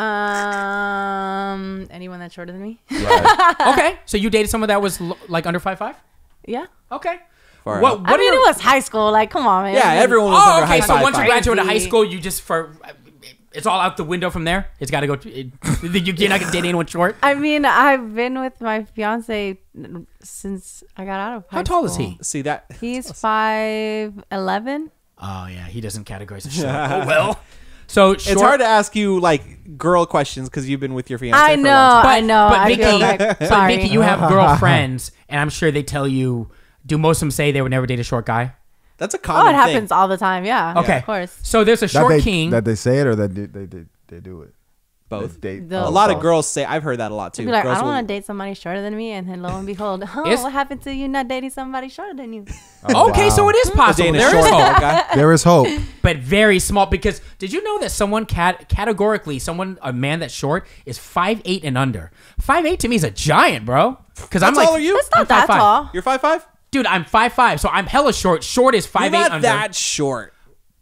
S3: Um, anyone that's shorter than me? [LAUGHS]
S1: okay, so you dated someone that was l- like under five five.
S3: yeah.
S1: Okay.
S2: Far
S1: What?
S2: out.
S1: What
S3: I
S1: are
S3: mean,
S1: your-
S3: it was high school. Like, come on, man.
S2: Yeah, everyone was
S1: Oh,
S2: under
S1: okay.
S2: high
S1: So
S2: five.
S1: once you
S2: five.
S1: graduate high
S3: Crazy.
S1: school, you just for it's all out the window from there. It's got to go. It, [LAUGHS] you're not gonna date anyone short.
S3: I mean, I've been with my fiance since I got out of high
S1: How tall is
S3: school.
S1: he?
S2: See
S3: [LAUGHS]
S2: that?
S3: He's five eleven.
S1: Oh yeah, he doesn't categorize a
S2: [LAUGHS]
S1: short. oh well. So short.
S2: It's hard to ask you like girl questions because you've been with your fiance.
S3: I
S2: for a
S3: know,
S2: long time.
S3: I know.
S1: But
S3: I
S1: Vicky,
S3: feel like
S1: but
S3: sorry.
S1: Vicky, you
S3: [LAUGHS]
S1: have girlfriends, and I'm sure they tell you. Do most of them say they would never date a short guy?
S2: That's a
S3: oh,
S2: common
S3: it happens
S2: thing.
S3: all the time. Yeah.
S1: Okay,
S3: Of course.
S1: So there's a
S4: That
S1: short
S4: they,
S1: king.
S4: that they say it or that they, they, they, they do it.
S2: Both.
S4: They,
S3: The-
S2: A lot
S4: oh.
S2: of girls say I've heard that a lot too.
S3: Be like,
S2: girls
S3: I don't
S2: will-
S3: want to date somebody shorter than me, and then lo and behold, [LAUGHS] huh,
S1: It's-
S3: what happened to you not dating somebody shorter than you?
S1: okay, so it is possible.
S2: Date a
S1: There is
S2: short [LAUGHS]
S1: hope.
S2: fat guy.
S4: There
S1: [LAUGHS]
S4: is hope.
S1: but very small. Because did you know that someone cat- categorically, someone a man that's short is five eight and under. Five eight to me is a giant, bro. Because I'm
S2: How
S1: like,
S2: tall are you?
S3: It's not
S1: I'm
S3: that
S1: 5'5".
S3: tall.
S2: You're five five.
S1: dude. I'm five five, so I'm hella short. Short is
S2: You're
S1: five eight
S2: not
S1: under.
S2: that short.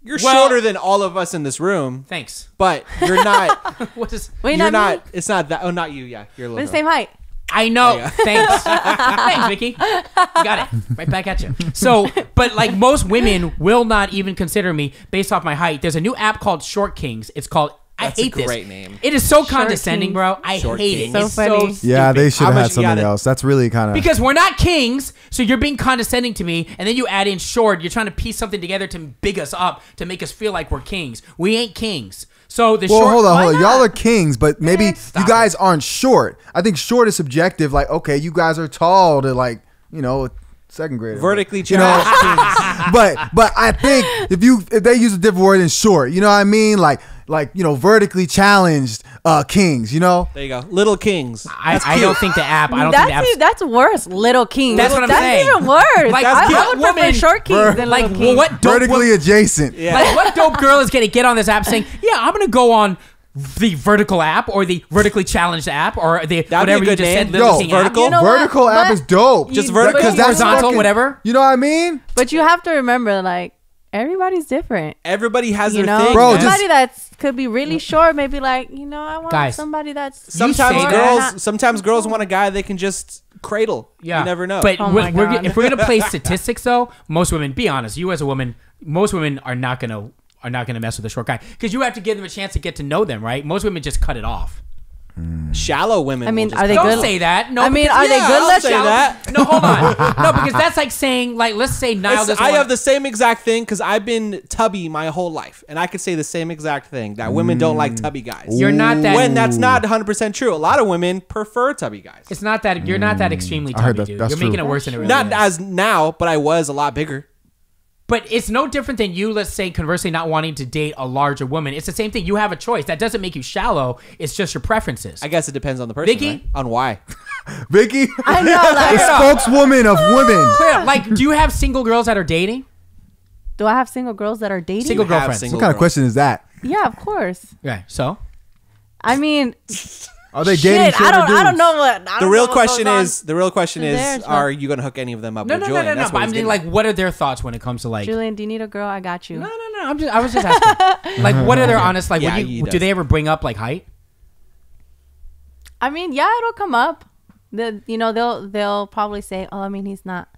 S2: You're
S1: Well-
S2: shorter than all of us in this room,
S1: Thanks. [LAUGHS]
S2: but you're
S3: [LAUGHS]
S2: not.
S1: What is?
S3: Wait,
S2: you're
S3: not, me?
S2: not. It's not that. Oh, not you. Yeah, you're a
S3: We're
S2: little.
S3: the same height.
S1: I know. Thanks. Thanks, Vicky. Got it. Right back at you. So, but like most women will not even consider me based off my height. There's a new app called Short Kings. It's called. I
S2: That's a
S1: hate this.
S2: great name.
S1: It is so condescending,
S3: Kings.
S1: bro. I
S2: Short
S1: hate
S2: Kings.
S1: it.
S3: So
S1: it's
S3: funny.
S1: so
S4: Yeah, they
S2: How
S4: should have
S2: much
S4: had
S2: you
S4: something
S2: gotta-
S4: else. That's really kind of
S1: because we're not kings so you're being condescending to me and then you add in short you're trying to piece something together to big us up to make us feel like we're kings we ain't kings so the
S4: Well,
S1: short
S4: hold on,
S1: Why
S4: hold on.
S1: not?
S4: Y'all are kings, but maybe
S1: Man, stop
S4: you guys aren't short. I think short is subjective. Like, okay, you guys are tall to like, you know, second grade.
S2: Vertically
S4: you know. [LAUGHS] but but I think if you if they use a different word than short, you know what I mean? Like like you know, vertically challenged uh kings. You know,
S2: There you go. Little Kings.
S1: I, I don't think the app i don't
S3: that's
S1: think the
S3: e-
S1: app
S3: that's worse, little king.
S1: That's what I'm saying.
S3: even worse.
S1: Like,
S3: I,
S1: cute
S3: I would prefer
S1: woman-
S3: short kings than
S1: like
S3: little king.
S1: what dope
S4: vertically adjacent. Yeah.
S1: like what dope girl is gonna get on this app
S3: [LAUGHS]
S1: saying yeah i'm gonna go on the vertical app or the vertically challenged app or the
S2: a
S1: whatever you
S2: good
S1: just
S2: name.
S1: said
S2: Yo,
S1: little king app.
S2: vertical.
S3: You know what?
S4: Vertical app
S3: But
S4: is dope.
S3: you-
S2: Just vertical,
S4: Because that's
S1: horizontal,
S4: fucking-
S1: whatever.
S4: You know what I mean?
S3: But you have to remember, like everybody's different.
S2: Everybody has
S3: You
S2: their
S3: know,
S2: thing.
S4: Bro,
S2: man.
S4: just-
S3: somebody that's could be really short, maybe like you know, I want
S1: Guys,
S3: somebody that's
S1: you
S2: sometimes
S1: say
S2: girls.
S3: that.
S2: Sometimes girls want a guy they can just cradle.
S1: Yeah.
S2: You never know.
S1: But
S3: Oh
S1: we're,
S3: my
S1: we're,
S3: God.
S1: if we're
S3: [LAUGHS]
S1: gonna play statistics, though, most women, be honest, you as a woman, most women are not gonna are not gonna mess with a short guy because you have to give them a chance to get to know them, right? Most women just cut it off.
S2: shallow women.
S3: I mean,
S2: will just
S3: are they
S1: Don't
S3: good-
S1: say that. No,
S3: I mean,
S1: because-
S3: are they
S2: Yeah,
S3: good
S2: I'll
S3: looking?
S2: say that.
S1: No, hold on.
S3: [LAUGHS]
S1: No, because that's like saying, like, let's say Niall
S2: It's-
S1: doesn't.
S2: I
S1: wanna-
S2: have the same exact thing because I've been tubby my whole life, and I could say the same exact thing that women don't
S3: Mm.
S2: like tubby guys.
S1: You're not that.
S2: when that's not 100 percent true. A lot of women prefer tubby guys.
S1: it's not that you're not that extremely
S4: Mm, I
S1: tubby,
S4: heard that-
S1: dude.
S4: that's
S1: You're making
S4: true.
S1: it worse than it really
S2: not
S1: is.
S2: as now, but I was a lot bigger.
S1: But it's no different than you, let's say, conversely, not wanting to date a larger woman. It's the same thing. You have a choice. That doesn't make you shallow. It's just your preferences.
S2: I guess it depends on the person,
S1: Vicky?
S2: right? on
S4: [LAUGHS]
S2: why.
S4: Vicky,
S3: I know.
S4: [LAUGHS]
S3: Like,
S4: spokeswoman of
S3: [LAUGHS]
S4: women.
S1: Clear up. Like, do you have single girls that are dating?
S3: do I have single girls that are dating?
S1: Single
S2: Have
S1: girlfriends.
S2: single
S4: What kind of
S2: girls.
S4: question is that?
S3: Yeah, of course.
S1: Yeah. So
S3: I mean,
S4: Are they dating?
S3: shit. I
S4: shorter
S3: don't. I don't
S4: dudes?
S3: know what. I
S2: The real
S3: don't know what goes
S2: question
S3: on.
S2: is the real question
S3: to
S2: is
S3: theirs, but-
S2: are you gonna hook any of them up
S1: no,
S2: with
S1: no, no,
S2: Julian?
S1: no, no.
S2: That's
S1: But
S2: what
S1: I'm
S2: he's
S1: being
S2: getting
S1: like, what are their thoughts when it comes to like?
S3: Julian, do you need a girl? I got you.
S1: No, no, no. I'm just. I was just
S4: [LAUGHS]
S1: asking. like, what are their honest? Like,
S2: Yeah,
S1: what do,
S2: he
S1: you, do
S2: does.
S1: they ever bring up like height?
S3: I mean, yeah, it'll come up. The you know they'll they'll probably say, oh, I mean, he's not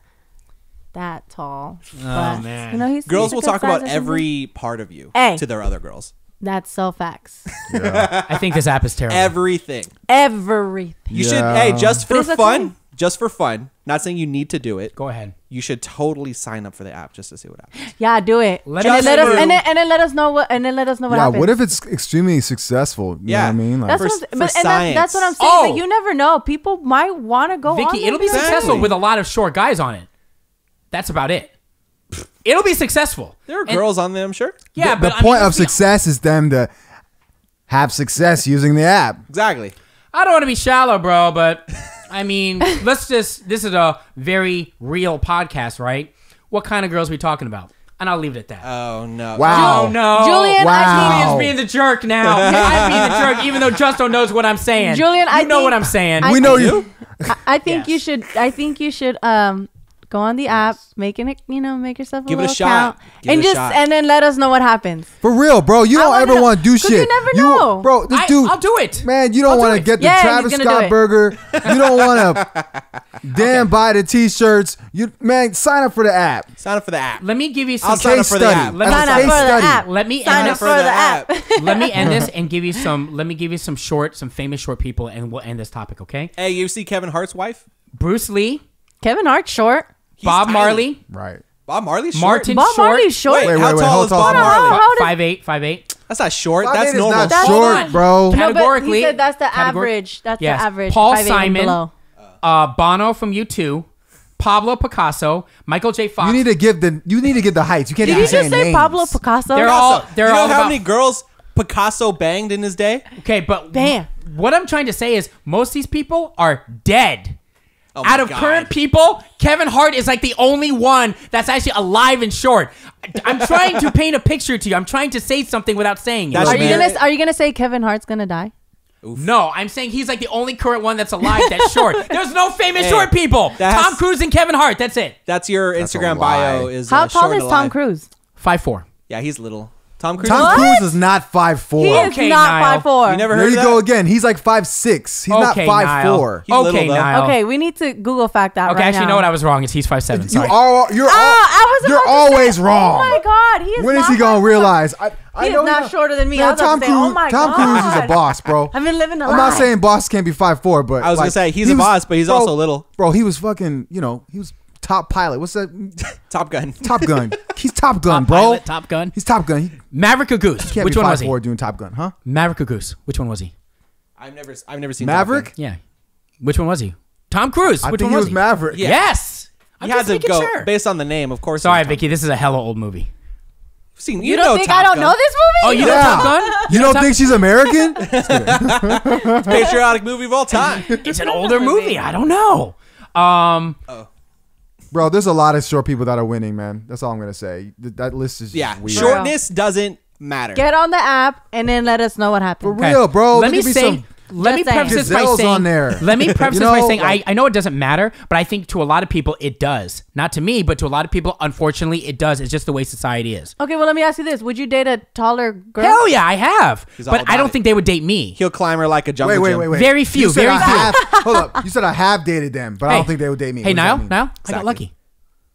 S3: that tall. Oh
S1: man.
S3: you know he's
S2: at. girls
S3: he's a
S2: will
S3: good
S2: talk
S3: size
S2: about
S3: or something."
S2: every part of you
S3: Hey.
S2: to their other girls.
S3: That's so facts.
S1: I think this app is terrible.
S2: Everything.
S3: Everything.
S2: You
S4: Oh. Yeah.
S2: should hey, just for
S3: It's okay.
S2: fun. Just for fun. Not saying you need to do it.
S1: Go ahead.
S2: You should totally sign up for the app just to see what happens.
S3: Yeah, do it.
S1: Let
S3: and,
S1: us
S3: then let us,
S2: do-
S3: and, then, and then let us know what. And then let us know what
S4: yeah,
S3: happens.
S4: what if it's extremely successful? You
S2: Yeah.
S4: know what I mean? Like,
S3: That's
S2: For-
S3: what I'm,
S2: for
S3: saying. but, and that's, that's what I'm saying.
S1: science.
S3: like,
S1: Oh.
S3: you never know. People might want to go on.
S1: Vicky,
S3: there
S1: it'll be
S3: and like,
S1: successful
S2: Oh, Exactly.
S1: with a lot of short guys on it. That's about it. It'll be successful.
S2: There are
S1: And-
S2: girls on there, I'm sure.
S1: Yeah,
S4: the
S1: but I mean,
S4: point of
S1: let's be-
S4: success is them to have success using the app.
S2: Exactly.
S4: [LAUGHS]
S1: I don't want to be shallow, bro, but I mean, let's just. This is a very real podcast, right? What kind of girls we talking about? And I'll leave it at that.
S2: Oh no!
S4: Wow.
S1: Oh no,
S3: Julian, I
S4: Wow.
S1: Julian's being the jerk [LAUGHS] now. I'm being the jerk, even though Justo knows what I'm saying.
S3: Julian,
S1: you
S3: I
S1: know
S3: think-
S1: what I'm saying.
S4: we know you.
S3: need. I, I think you
S1: Yes.
S3: should. I think you should. Um, go on the app, making it. You know, make yourself a
S2: Give it a
S3: little
S2: shot.
S3: account,
S2: Give
S3: and
S2: it a
S3: just
S2: shot.
S3: and then let us know what happens.
S4: For real, bro. You
S3: I
S4: don't
S3: wanna
S4: ever
S3: know-
S4: want to do
S3: 'cause you
S4: shit.
S3: never know.
S4: bro. This
S1: I,
S4: dude,
S1: I'll do it.
S4: man, you don't
S1: I'll do
S4: want to
S1: it.
S4: get the
S3: Yeah, and he's
S4: Travis
S3: gonna do
S4: Scott
S3: it. [LAUGHS]
S4: burger. You don't want to damn buy the t-shirts. You man, sign up for the app.
S2: Sign up for the app.
S1: Let me give you some.
S2: I'll sign up
S4: Case
S2: for the
S4: study.
S2: app.
S1: Let
S4: As
S1: me
S4: a
S3: Sign up
S4: case
S3: for the
S4: study.
S3: app.
S1: Let me
S3: Sign
S1: end
S3: up
S1: this.
S3: for the
S1: [LAUGHS]
S3: app. [LAUGHS]
S1: Let me end
S4: [LAUGHS]
S1: this and give you some. Let me give you some short, some famous short people, and we'll end this topic. Okay?
S2: Hey, you see Kevin Hart's wife?
S1: Bruce Lee,
S3: Kevin Hart short.
S2: He's
S1: Bob
S2: tiny.
S1: Marley,
S4: Right.
S2: Bob Marley. Short?
S1: Martin
S3: Bob
S1: Short,
S3: Marley's short.
S2: Wait,
S4: Wait,
S2: how
S4: wait,
S2: tall
S4: wait,
S2: is
S4: how
S2: Bob
S4: tall is
S2: Marley?
S3: Bob? How did-
S1: five eight, five eight.
S2: That's not short.
S4: Five
S2: That's
S4: eight is
S2: normal.
S4: not
S3: That's
S4: short,
S3: fine.
S1: No,
S3: No,
S4: bro.
S3: but
S1: Categorically-
S3: he said that's the
S1: categor-
S3: average. That's
S1: Yes.
S3: the average.
S1: Paul
S3: 5'8" and
S1: Simon.
S3: below.
S1: Uh, Bono from U two, Pablo Picasso, Michael J. Fox.
S4: You need to give the you need to give the heights. You can't
S3: Did
S4: be
S3: you just
S4: saying
S3: say
S4: names.
S3: Pablo Picasso?
S1: They're all-
S2: Picasso.
S1: they're
S2: you know
S1: all
S2: how
S1: about-
S2: many girls Picasso banged in his day?
S1: Okay, but
S3: Damn.
S1: what I'm trying to say is most of these people are dead.
S2: Oh my
S1: Out of
S2: God.
S1: current people, Kevin Hart is like the only one that's actually alive and short. I- I'm trying to paint a picture to you. I'm trying to say something without saying it.
S2: That's-
S3: Are you
S2: Man.
S3: gonna Are you gonna say Kevin Hart's gonna die?
S1: No, I'm saying he's like the only current one that's alive that's short.
S3: [LAUGHS]
S1: There's no famous
S2: Hey,
S1: short people.
S2: that
S1: Tom
S2: has-
S1: Cruise and Kevin Hart. That's it.
S2: That's your
S4: a
S2: Instagram
S4: lie.
S2: bio. Is
S3: How
S2: uh,
S3: tall
S2: short
S3: is
S2: and
S3: Tom
S2: light.
S3: Cruise?
S1: Five four.
S2: Yeah, he's little. Tom Cruise.
S4: Tom
S2: is-
S3: What?
S4: Cruise is not five four.
S3: He is
S1: Okay,
S3: not
S1: Niall.
S3: five four.
S2: You never
S4: There
S2: heard
S4: you
S2: of
S4: go
S2: that?
S4: again. He's like five six. He's not
S1: okay,
S4: five
S1: Niall.
S4: four.
S2: He's little,
S1: okay,
S2: though.
S1: Niall.
S3: Okay, we need to Google fact that
S1: Okay,
S3: right
S1: actually,
S3: now.
S1: no, what I was wrong is he's five seven.
S4: You
S1: Sorry.
S4: are you're
S3: Oh,
S4: all,
S3: I was.
S4: you're
S3: about to say-
S4: always wrong.
S3: Oh my god, he is.
S4: when is
S3: not
S4: he gonna
S3: five-
S4: realize? I, I
S3: He is
S4: know
S3: not
S4: he's
S3: shorter than me. I
S4: Man,
S3: was about
S4: Tom
S3: to say,
S4: Cruise.
S3: oh my
S4: Tom Cruise is a
S3: God.
S4: boss, bro.
S3: [LAUGHS] I've been living a
S4: I'm not
S3: lie.
S4: saying boss can't be five four, but
S2: I was gonna
S4: like,
S2: say, he's
S4: he
S2: a
S4: was-
S2: boss, but he's
S4: bro,
S2: also little.
S4: Bro, he was fucking. You know, he was top pilot. What's that?
S2: Top Gun. [LAUGHS]
S4: Top Gun. He's Top Gun,
S1: Top
S4: bro.
S1: Pilot, Top Gun.
S4: He's Top Gun. He
S1: Maverick or Goose?
S4: can't
S1: Which
S4: be
S1: one
S4: five
S1: was he?
S4: four doing Top Gun, huh?
S1: Maverick or Goose? Which one was he?
S2: I've never I've never seen Top
S4: Maverick.
S2: Gun.
S1: Yeah. Which one was he? Tom Cruise.
S4: I
S1: Which
S4: think
S1: one
S4: he
S1: was,
S4: was Maverick.
S1: Yes. I'm
S2: You
S1: just
S2: had to
S1: making
S2: go
S1: sure.
S2: based on the name, of course.
S1: Sorry,
S2: it's Tom-
S1: Vicky. This is a hella old movie.
S2: Seen-
S3: You,
S2: you
S3: don't
S2: know
S3: think
S2: Top
S3: I don't
S2: Gun.
S3: know this movie?
S1: Oh, you know
S4: Yeah.
S1: Top Gun?
S4: You don't
S1: Top-
S4: think she's American?
S1: [LAUGHS]
S2: patriotic movie of all time.
S1: it's an older movie. I don't know. Um,
S4: Bro, there's a lot of short people that are winning, man. That's all I'm gonna say. Th- That list is just
S2: Yeah,
S4: weird.
S2: shortness doesn't matter.
S3: Get on the app and then let us know what happened.
S4: real. Yo, bro,
S1: Let
S4: there
S1: me
S4: could be
S1: say.
S4: some
S1: Let me
S3: Just saying.
S1: preface this by
S4: gazelles
S1: saying.
S4: on there.
S1: Let me preface
S4: [LAUGHS]
S1: this
S4: You know,
S1: by saying
S4: like-
S1: I, I know it doesn't matter, but I think to a lot of people it does. Not to me, but to a lot of people, unfortunately, it does. It's just the way society is.
S3: Okay, well let me ask you this: Would you date a taller girl?
S1: Hell yeah, I have,
S2: He's all
S1: but I
S2: about
S1: don't
S2: it.
S1: think they would date me.
S2: He'll climb her like a jungle.
S4: Wait, wait,
S2: gym.
S4: wait, wait.
S1: Very few,
S4: You said
S1: very
S4: I
S1: few.
S4: have- [LAUGHS] hold up. You said I have dated them, but I don't think they would date me.
S1: Hey,
S4: What does
S1: Niall,
S4: that mean?
S1: Niall, I
S2: Exactly.
S1: got lucky.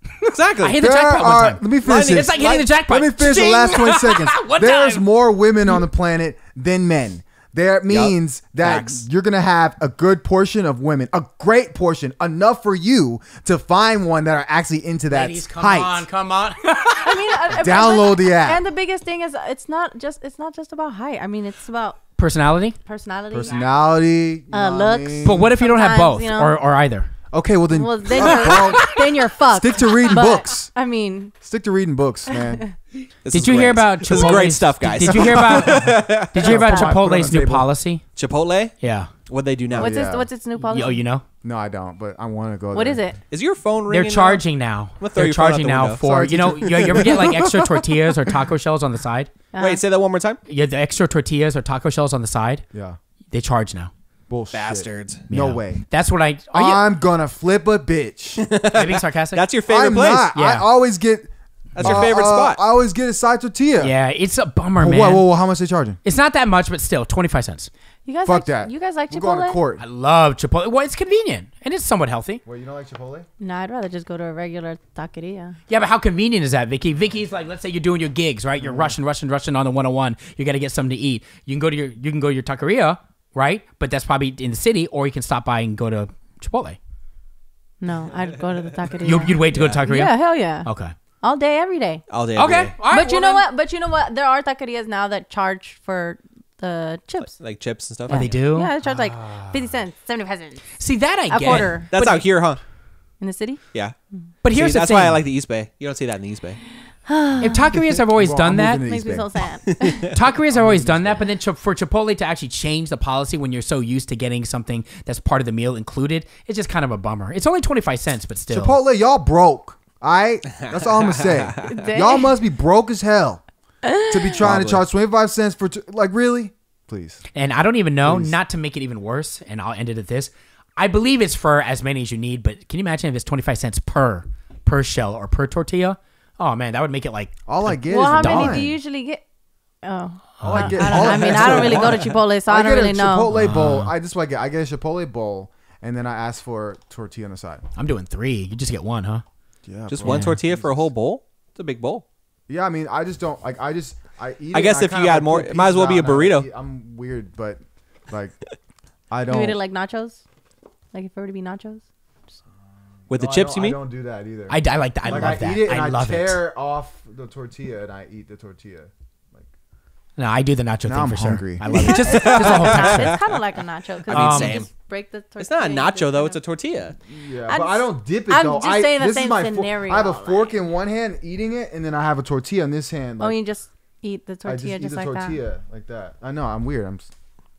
S2: [LAUGHS] Exactly.
S1: I hit the
S4: There
S1: jackpot
S4: are-
S1: one time.
S4: Let me finish
S2: Lightning-
S1: It's
S4: this.
S1: like hitting the jackpot.
S4: Let me finish the
S1: Ding!
S4: last 20 seconds.
S1: [LAUGHS] One
S4: There's
S1: time.
S4: more women on the planet than men. That means that
S2: Facts.
S4: you're going to have a good portion of women, a great portion, enough for you to find one that are actually into that
S1: Ladies, come
S4: height.
S1: on, come on. [LAUGHS]
S3: I mean, I- I-
S4: Download the app.
S3: And the biggest thing is, it's not just it's not just about height. I mean, it's about
S1: Personality?
S3: personality.
S4: Personality, you
S3: Uh,
S4: know what I
S3: looks.
S4: mean?
S1: But what if you don't have
S3: Sometimes,
S1: both
S3: you know.
S1: or, or either?
S4: Okay, well then, [LAUGHS]
S3: Well, then
S4: fuck,
S3: you're,
S4: bro.
S3: then you're fucked.
S4: Stick to reading
S3: But,
S4: books.
S3: I mean,
S4: stick to reading books, man.
S2: This
S1: Did
S2: is
S1: you
S2: great.
S1: hear about Chipotle's
S2: This is great stuff, guys.
S1: Did, did
S4: [LAUGHS]
S1: you hear about Did you hear about
S3: Put it
S4: on the
S1: Chipotle's new
S4: table.
S1: policy?
S2: Chipotle?
S1: Yeah.
S2: What they do now?
S3: what's
S4: yeah.
S3: its what's its new policy?
S1: Yo, you know?
S4: No, I don't, but I want to go.
S3: What
S4: there.
S3: is it?
S2: Is your phone ringing?
S1: They're
S2: now?
S1: charging now.
S2: gonna throw
S1: They're
S2: your phone out
S1: charging
S2: the
S1: now
S2: window.
S1: for
S4: Sorry,
S1: you know you, you ever get like
S4: [LAUGHS]
S1: extra tortillas or taco shells on the side?
S3: Uh-huh.
S2: Wait, say that one more time.
S1: Yeah, the extra tortillas or taco shells on the side,
S4: Yeah,
S1: they charge now.
S4: bullshit.
S2: Bastards.
S4: No
S1: Yeah.
S4: way.
S1: That's what I are
S4: I'm gonna flip a bitch.
S1: you are you being
S4: [LAUGHS]
S1: sarcastic?
S2: That's your [LAUGHS] favorite
S4: I'm
S2: place.
S4: not. I
S1: Yeah.
S4: always get. uh,
S2: That's your favorite spot.
S4: I always get a side tortilla.
S1: Yeah, it's a bummer, man.
S4: Whoa, whoa, whoa! How much they charging?
S1: It's not that much, but still, twenty five cents.
S3: You guys
S4: Fuck
S3: like,
S4: that.
S3: You guys like
S4: We're
S3: Chipotle?
S4: going to court.
S1: I love Chipotle. Well, it's convenient and it's somewhat healthy.
S4: Well, you don't like Chipotle?
S3: No, I'd rather just go to a regular taqueria.
S1: Yeah, but how convenient is that, Vicky? Vicky's like, let's say you're doing your gigs, right? You're rushing, rushing, rushing on the 101. You got to get something to eat. You can go to your you can go to your taqueria, right? But that's probably in the city, or you can stop by and go to Chipotle.
S3: No, I'd go to the taqueria.
S1: You, you'd wait to go to taqueria.
S3: yeah, hell yeah.
S1: Okay.
S3: All day, every day.
S2: All day. every
S1: Okay.
S2: day.
S1: All right,
S3: but you
S1: well
S3: know
S1: then-
S3: what? But you know what? There are taquerias now that charge for the chips.
S2: Like chips and stuff.
S1: Oh, they do.
S3: Yeah, they charge like fifty cents, seventy five cents
S1: See that I
S3: a
S1: get.
S3: quarter
S2: That's out here, huh?
S3: in the city.
S2: Yeah.
S1: But
S2: See,
S1: Mm. here's the
S2: that's
S1: thing.
S2: why I like the East Bay. You don't see that in the East Bay.
S1: If taquerias have always
S4: Well,
S1: done
S4: I'm
S1: that,
S4: moving
S3: Makes me so sad. [LAUGHS]
S1: taquerias have always done that. But then Chip- for Chipotle to actually change the policy when you're so used to getting something that's part of the meal included, it's just kind of a bummer. It's only twenty five cents, but still.
S4: Chipotle, y'all broke.
S3: [LAUGHS]
S4: All right, that's all I'm gonna say.
S3: Dang.
S4: y'all must be broke as hell to be trying to
S2: Probably.
S4: charge twenty five cents for t- like really. Please,
S1: And I don't even know, not to make it even worse, and I'll end it at this. I believe it's for as many as you need, but can you imagine if it's 25 cents per per shell or per tortilla? Oh man, that would make it like
S4: all I get
S3: well, how
S4: is a dime.
S3: many do you usually get? Oh.
S4: All I, get,
S3: I,
S4: all
S3: don't, I mean, I don't really go to Chipotle, so I, don't
S4: get
S3: really
S4: a
S3: know.
S4: Chipotle
S2: Uh-huh.
S4: bowl. I just what I get. I get a Chipotle bowl, and then I ask for tortilla on the side.
S1: I'm doing three. You just get one, huh?
S4: Yeah,
S2: Just
S4: bro.
S2: one tortilla for a whole bowl? It's a big bowl.
S4: Yeah, I mean, I just don't like. I just I eat.
S2: I
S4: it,
S2: guess
S4: and
S2: if you
S4: kinda,
S2: add
S4: like,
S2: more,
S4: put
S2: it might as well be
S4: pieces
S2: a
S4: out, and
S2: burrito.
S4: I- I'm weird, but
S3: [LAUGHS]
S4: like, I don't.
S3: You eat it like nachos? Like if it were to be [LAUGHS] nachos?
S2: With
S4: No,
S2: the
S4: I
S2: chips,
S4: don't-
S2: you mean?
S4: I don't do that either.
S1: I, I like that. I
S4: like,
S1: love
S4: I
S1: that.
S4: eat it and
S1: I
S4: I,
S1: love it.
S4: tear off the tortilla and I eat the tortilla. Like,
S1: No, I do the nacho thing
S4: I'm
S1: for
S4: hungry.
S1: sure. I
S4: [LAUGHS]
S1: love it. Just, just the whole texture.
S3: it's kind of like a nacho. 'cause
S2: I mean,
S3: you
S2: same.
S3: just break the
S2: It's not a
S3: tortilla, you
S2: nacho though; it's
S3: just
S2: a tortilla.
S4: yeah,
S3: I'm
S4: but I
S3: just-
S4: don't dip it
S3: I'm
S4: though.
S3: just
S4: I,
S3: saying the
S4: this
S3: same
S4: is my fork-
S3: scenario,
S4: I have a
S3: like-
S4: fork in one hand eating it, and then I have a tortilla in this hand.
S3: Oh,
S4: Like,
S3: you just eat the
S4: I
S3: tortilla
S4: eat
S3: just,
S4: the
S3: like
S4: tortilla like that. I know I'm weird. I'm s-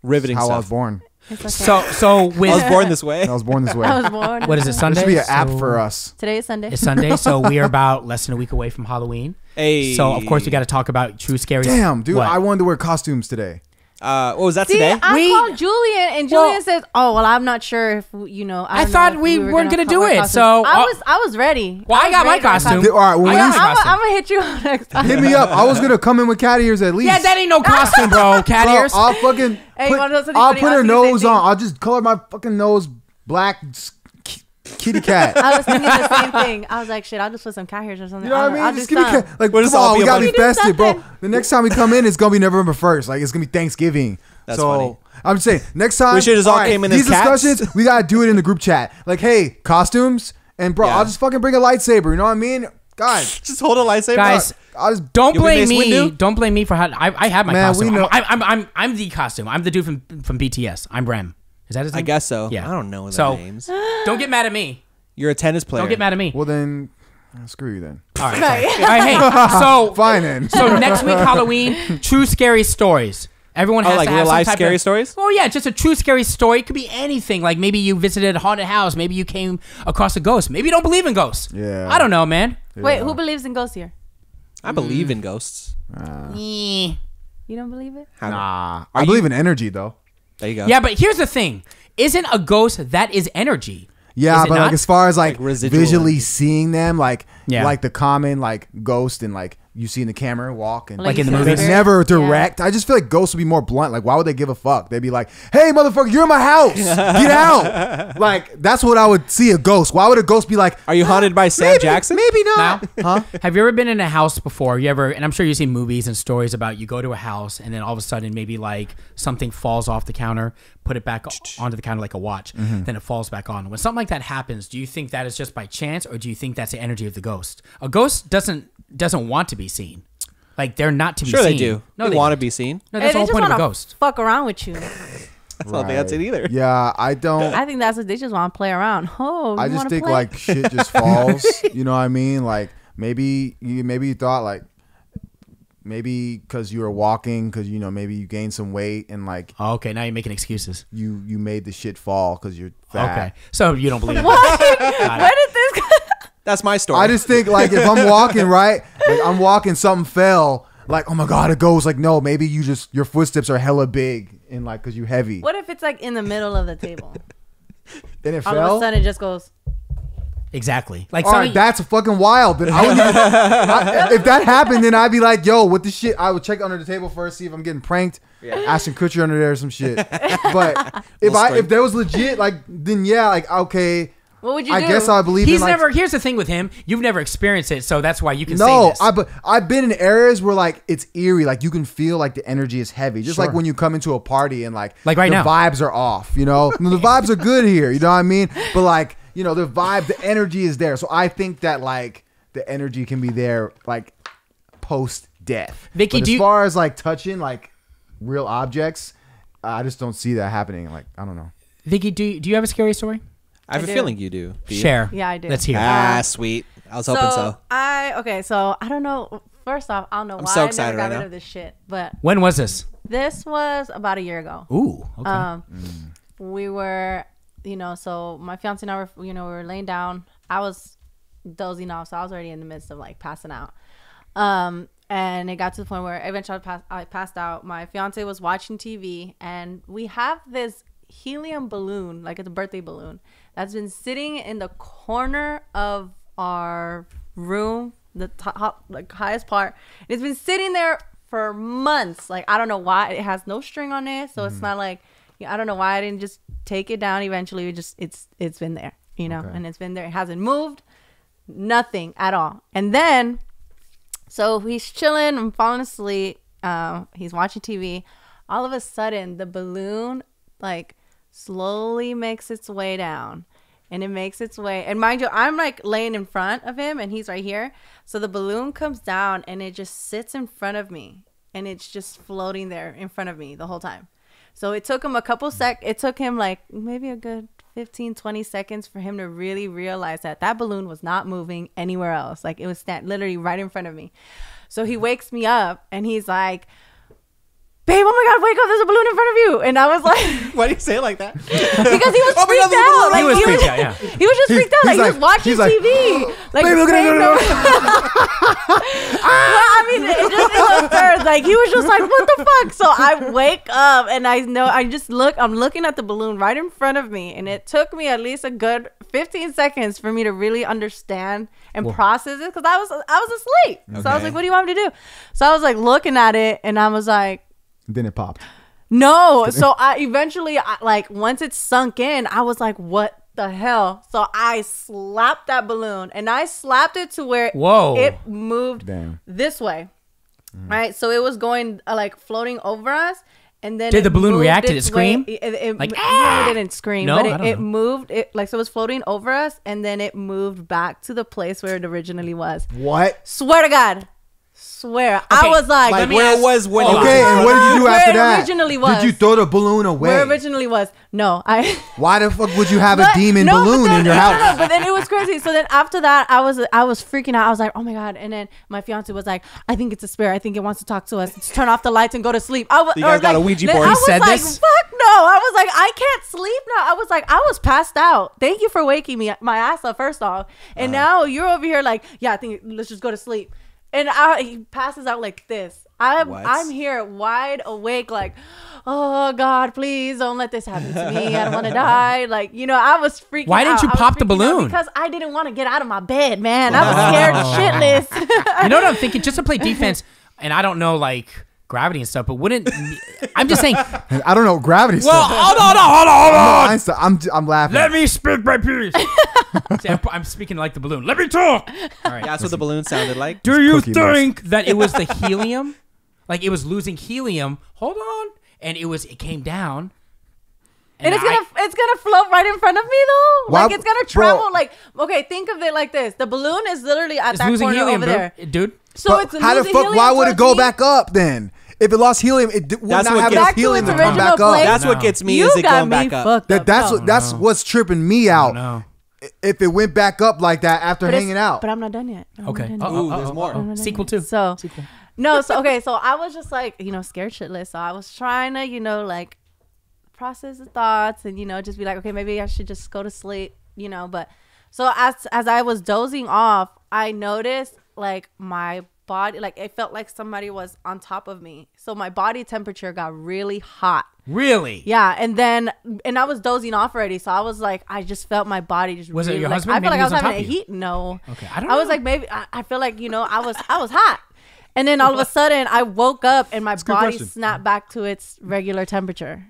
S2: Riveting
S4: how I was
S2: stuff.
S4: born.
S3: that. It's okay.
S1: So so
S2: I was
S1: with
S2: born
S1: [LAUGHS]
S2: this way.
S4: I
S3: [LAUGHS]
S4: was born this way.
S3: I was born.
S1: what is it
S4: there
S1: Sunday?
S4: should be an app
S1: So-
S4: for uh, us.
S3: Today is Sunday.
S1: It's Sunday, so we are about less than a week away from Halloween.
S2: Hey.
S1: So of course we got to talk about true scary.
S4: Damn, dude,
S1: What?
S4: I wanted to wear costumes today.
S2: Uh, what was that
S3: See,
S2: today?
S3: I
S1: We-
S3: called Julian, and
S1: Well-
S3: Julian says, "Oh, well, I'm not sure if w- you know." I,
S1: I
S3: don't
S1: thought
S3: know if
S1: we
S3: were
S1: weren't
S3: gonna
S1: gonna do
S3: come
S1: it,
S3: across
S1: so,
S3: I
S1: uh,
S3: was, I was ready.
S1: Well, I
S3: was
S1: got my
S3: ready for the
S1: costume.
S4: Dude, all right, when
S1: I
S4: we
S1: got
S4: used-
S1: my
S3: I'm,
S1: costume.
S3: gonna hit you on next time.
S4: Hit me up. I was gonna come in with cat ears at least.
S1: yeah, that ain't no costume, bro. Cat
S4: Bro,
S1: ears.
S4: I'll fucking.
S3: [LAUGHS] Hey, you
S4: put,
S3: wanna know something
S4: I'll
S3: funny?
S4: put
S3: I'll
S4: her
S3: do the same
S4: nose
S3: thing.
S4: on. I'll just color my fucking nose black, s- ki-
S3: [LAUGHS]
S4: kitty cat.
S3: I was thinking the same thing. I was like, "Shit, I'll just put some cat hairs or something."
S4: You know
S3: I'll,
S4: what I mean?
S3: I'll
S4: just
S3: do
S4: give me
S3: some.
S4: ca- like
S2: What is
S4: come
S2: all
S4: on,
S2: be
S4: we
S2: about
S4: gotta be
S2: it?
S3: We do
S4: festive, bro.
S3: something.
S4: The next time we come in, it's gonna be November first. Like it's gonna be Thanksgiving.
S2: That's
S4: so
S2: funny.
S4: I'm saying next time
S2: We should've just all came in as
S4: these
S2: cats.
S4: discussions. We gotta do it in the group chat. Like, hey, costumes and bro,
S2: Yeah.
S4: I'll just fucking bring a lightsaber. You know what I mean? God,
S2: Just hold a lightsaber.
S1: Guys,
S4: I'll just
S1: Don't
S2: You'll be
S1: blame
S2: Mace
S1: me.
S2: Windu?
S1: Don't blame me for how I, I had my
S4: Man,
S1: costume.
S4: we know-
S1: I'm, I'm, I'm, I'm the costume. I'm the dude from from BTS. I'm Rem. Is that his
S2: I
S1: name?
S2: guess so.
S1: Yeah.
S2: I don't know their
S1: So-
S2: names.
S1: Don't get mad at me.
S2: You're a tennis player.
S1: Don't get mad at me.
S4: Well then, uh, screw you then.
S1: All right. sorry. All right. Hey.
S4: [LAUGHS]
S1: So
S4: Fine then.
S1: so next week Halloween, true scary stories. Everyone
S2: Oh,
S1: has
S2: like
S1: to have
S2: real
S1: some
S2: life
S1: type
S2: scary
S1: of-
S2: stories?
S1: Oh yeah, just a true scary story. It could be anything. Like maybe you visited a haunted house. Maybe you came across a ghost. Maybe you don't believe in ghosts.
S4: Yeah.
S1: I don't know, man.
S3: Wait, who believes in ghosts here?
S2: I believe
S1: Mm.
S2: in ghosts.
S1: Eh.
S3: You don't believe it?
S2: How-
S4: Nah, I believe in energy though.
S2: There you go.
S1: Yeah, but here's the thing: isn't a ghost that is energy?
S4: Yeah,
S1: Is it
S4: but
S1: not?
S4: like as far as like,
S2: Like residual
S4: visually
S2: energy.
S4: seeing them, like
S1: Yeah.
S4: like the common like ghost and like you see in the camera walk and
S1: Like in the
S3: you said,
S1: movies?
S4: It's
S1: Fair.
S4: never
S3: Yeah.
S4: direct. I just feel like ghosts would be more blunt. Like, why would they give a fuck? They'd be like, "Hey, motherfucker, you're in my house.
S2: [LAUGHS]
S4: Get out!" Like, that's what I would see a ghost. Why would a ghost be like?
S2: Are you haunted by Sam
S4: maybe,
S2: Jackson?
S4: Maybe
S1: Now,
S4: not. Huh?
S1: [LAUGHS] Have you ever been in a house before? You ever, and I'm sure you've seen movies and stories about you go to a house and then all of a sudden maybe like something falls off the counter, put it back onto the counter like a watch,
S4: Mm-hmm.
S1: then it falls back on. When something like that happens, do you think that is just by chance or do you think that's the energy of the ghost? A ghost doesn't doesn't want to be seen. Like they're not to be
S2: Sure,
S1: seen.
S2: they do.
S1: No,
S2: they,
S1: they,
S2: want to
S1: don't.
S2: be seen.
S1: No, that's
S3: They
S1: the whole
S3: just
S1: point of a
S3: wanna
S1: ghost.
S3: Fuck around with you.
S2: That's not the answer either.
S4: Yeah, I don't.
S3: I think that's what they just want to play around. Oh,
S4: I
S3: you
S4: just
S3: wanna
S4: think
S3: play?
S4: like shit
S3: [LAUGHS]
S4: just falls. you know what I mean? Like maybe you maybe you thought like maybe because you were walking because you know maybe you gained some weight and like
S1: Oh, okay, now you're making excuses.
S4: you you made the shit fall because you're fat.
S1: Okay, so you don't believe in
S3: what?
S4: [LAUGHS]
S3: Where did this?
S2: That's my story.
S4: I just think like if I'm walking right, like I'm walking, something fell. Like oh my god, it goes. Like no, maybe you just your footsteps are hella big and like cause you heavy.
S3: what if it's like in the middle of the table?
S4: Then it
S3: All of a
S4: fell.
S3: sudden, it just goes.
S1: exactly. Like
S4: All
S1: something.
S4: right, that's fucking wild. Then I would I, if that happened, then I'd be like, yo, what the shit? I would check under the table first, see if I'm getting pranked. Ashton Kutcher under there or some shit. But if
S2: Little
S4: I
S2: string.
S4: if that was legit, like then yeah, like okay.
S3: What would you
S4: I
S3: do?
S4: guess I believe
S1: He's
S4: in, like,
S1: never. here's the thing with him. You've never experienced it, so that's why you can say
S4: No,
S1: this.
S4: I but I've been in areas where like it's eerie, like you can feel like the energy is heavy, just like
S1: Sure.
S4: when you come into a party and like
S1: Like right now.
S4: the vibes are off.
S1: [LAUGHS]
S4: You know, the vibes are good here. You know what I mean? But like you know, the vibe, the energy is there. So I think that like the energy can be there like post death.
S1: Vicky,
S4: but
S1: do
S4: as
S1: you-
S4: far as like touching like real objects, I just don't see that happening. Like I don't know.
S1: Vicky, do do you have a scary story?
S2: I have a
S3: do.
S2: feeling you do. do you?
S1: Share.
S3: Yeah, I do.
S1: Let's hear. it.
S2: Ah, sweet. I was hoping so.
S3: I okay. So I don't know. First off, I don't know why
S2: so
S3: I never
S2: excited
S3: got
S2: right
S3: rid
S2: now.
S3: of this shit, but
S1: When was this?
S3: this was about a year ago.
S1: Ooh, okay.
S3: Um, we were, you know, so my fiance and I were, you know, we were laying down. I was dozing off, so I was already in the midst of like passing out. Um, and it got to the point where eventually I passed, I passed out. My fiance was watching TV, and we have this helium balloon, like it's a birthday balloon, that's been sitting in the corner of our room, the top, like highest part. And it's been sitting there for months. Like I don't know why it has no string on it, so it's not like I don't know why I didn't just take it down. Eventually, it just it's it's been there, you know, and it's been there. It hasn't moved, nothing at all. And then so he's chilling. I'm falling asleep. Um, he's watching TV. All of a sudden, the balloon like slowly makes its way down, and it makes its way. And mind you, I'm like laying in front of him, and he's right here. So the balloon comes down, and it just sits in front of me, and it's just floating there in front of me the whole time. So it took him a couple sec. It took him like maybe a good 15, 20 seconds for him to really realize that that balloon was not moving anywhere else. Like it was stand- literally right in front of me. So he wakes me up and he's like, Babe, oh my God, wake up. There's a balloon in front of you. And I was like,
S2: [LAUGHS]
S3: [LAUGHS]
S2: Why do you say it like that?
S3: because he
S4: [LAUGHS]
S3: was
S2: Oh my God,
S3: freaked out. Like,
S1: He was freaked out, yeah.
S3: [LAUGHS] He was just
S4: He's-
S3: freaked out. Like,
S4: he's
S3: he was
S4: like-
S3: watching
S4: he's like,
S3: TV. Like,
S4: Babe, look at
S3: paying
S4: it.
S3: no-
S4: [LAUGHS]
S3: well, I mean, it just it was absurd. Like he was just like, "What the fuck?" So I wake up and I know I just look. I'm looking at the balloon right in front of me, and it took me at least a good 15 seconds for me to really understand and process it because I was I was asleep. So I was
S2: Okay.
S3: like, "What do you want me to do?" So I was like looking at it, and I was like.
S4: Then it popped.
S3: No. So I eventually, I, like, once it sunk in, I was like, what the hell? So I slapped that balloon and I slapped it to where
S1: Whoa.
S3: it moved
S4: Damn. Mm.
S3: this way. Right? So it was going, uh, like, floating over us. And then
S1: Did
S3: it
S1: the balloon
S3: moved
S1: react? Did
S3: its
S1: it scream?
S3: way- It, it-
S1: Like,
S3: no,
S1: "Ah!"
S3: it didn't scream,
S1: No,
S3: but
S1: I
S3: it,
S1: don't
S3: it
S1: know.
S3: moved. It like so it was floating over us, and then it moved back to the place where it originally was.
S4: What?
S3: Swear to God, swear. I
S1: Okay,
S3: was like,
S2: like
S1: me
S2: where
S1: ask-
S2: it was when
S1: Oh,
S2: you
S1: okay.
S4: Okay, and what did you
S1: [LAUGHS]
S4: do
S3: Where
S4: after
S3: it
S4: that?
S3: originally
S4: Did you
S3: was.
S4: throw the balloon away?
S3: where it originally was. No, I.
S4: Why the fuck would you have
S3: But-
S4: a demon
S3: no, but
S4: balloon
S3: then- [LAUGHS]
S4: in your
S3: no, no,
S4: house?
S3: but then it was crazy. So then after that, I was I was freaking out. I was like, oh my god. And then my fiance was like, I think it's a spirit. I think it wants to talk to us. Let's turn off the lights and go to sleep. I was,
S2: You guys
S3: or,
S2: got
S3: like,
S2: a Ouija
S3: then
S2: board.
S3: I
S2: You
S3: was
S1: said
S3: like,
S1: this?
S3: fuck no. I was like, I can't sleep now. I was like, I was passed out. Thank you for waking me my ass up first off. And
S1: Uh-huh.
S3: now you're over here like, yeah, I think let's just go to sleep. And I he passes out like this. I'm
S2: What?
S3: I'm here wide awake, like, oh God, please don't let this happen to me. I
S1: [LAUGHS]
S3: don't want to die. Like, you know, I was freaking.
S1: Why didn't
S3: out.
S1: you
S3: I was
S1: pop the
S3: freaking out
S1: balloon?
S3: Because I didn't want to get out of my bed,
S1: [LAUGHS]
S3: man. I was scared shitless.
S1: You know what I'm thinking? Just to play defense, and I don't know like gravity and stuff, but wouldn't I'm just saying? Well,
S4: I don't know gravity. stuff.
S1: hold on, hold on, hold on.
S4: Einstein, I'm I'm laughing.
S1: uh, Let me speak my
S3: [LAUGHS]
S1: piece. See, I'm, I'm speaking like the balloon. Let me talk. All right.
S2: [LAUGHS] That's what the balloon sounded like.
S1: Do you
S4: Cookie Monster.
S1: think that it was the helium? [LAUGHS] like it was losing helium. Hold on, and it was it came down.
S3: and it's
S1: I-
S3: gonna it's gonna float right in front of me though.
S4: Why-
S3: like it's gonna
S4: bro.
S3: travel. like okay, think of it like this: the balloon is literally at
S1: it's
S3: that
S1: losing
S3: corner
S1: helium,
S3: over
S1: bro-
S3: there.
S1: dude.
S3: So
S4: But
S3: it's
S4: how the
S3: losing
S4: fuck?
S3: helium
S4: Why would it
S3: towards
S4: go
S3: me.
S4: back up then? If it lost helium, it d- would
S2: That's
S4: not
S2: what
S4: have
S2: gets-
S4: enough
S2: Back to
S4: helium
S3: its
S4: to come
S3: original
S4: back
S3: place.
S4: up.
S2: That's what gets me
S3: You
S2: is it
S3: got
S2: going
S3: me
S2: back up.
S3: fucked
S4: That
S3: up,
S4: that's
S3: though.
S4: what that's what's tripping me out.
S1: know.
S4: If it went back up like that after
S3: But it's-
S4: hanging out,
S3: But I'm not done yet. I'm not
S1: Okay.
S3: done
S1: Uh,
S3: yet.
S1: uh,
S2: Ooh,
S1: uh,
S2: there's
S1: uh,
S2: more.
S1: uh, Sequel two.
S3: So
S1: Sequel.
S3: no, so okay, so I was just like, you know, scared shitless. So I was trying to, you know, like process the thoughts and you know, just be like, okay, maybe I should just go to sleep, you know. But so as as I was dozing off, I noticed like my body, like it felt like somebody was on top of me. So my body temperature got really hot.
S1: Really?
S3: Yeah, and then and I was dozing off already, so I was like, I just felt my body just
S1: Was it
S3: really,
S1: your
S3: like,
S1: husband?
S3: I
S1: Maybe
S3: feel like
S1: he
S3: I
S1: was
S3: was
S1: on
S3: having a
S1: top of you.
S3: heat. No,
S1: Okay, I don't
S3: was
S1: know.
S3: like, maybe I, I feel like you know, I was I was hot, and
S1: [LAUGHS]
S3: then all of a sudden I woke up and my
S4: good
S3: body
S4: question.
S3: snapped back to its regular temperature,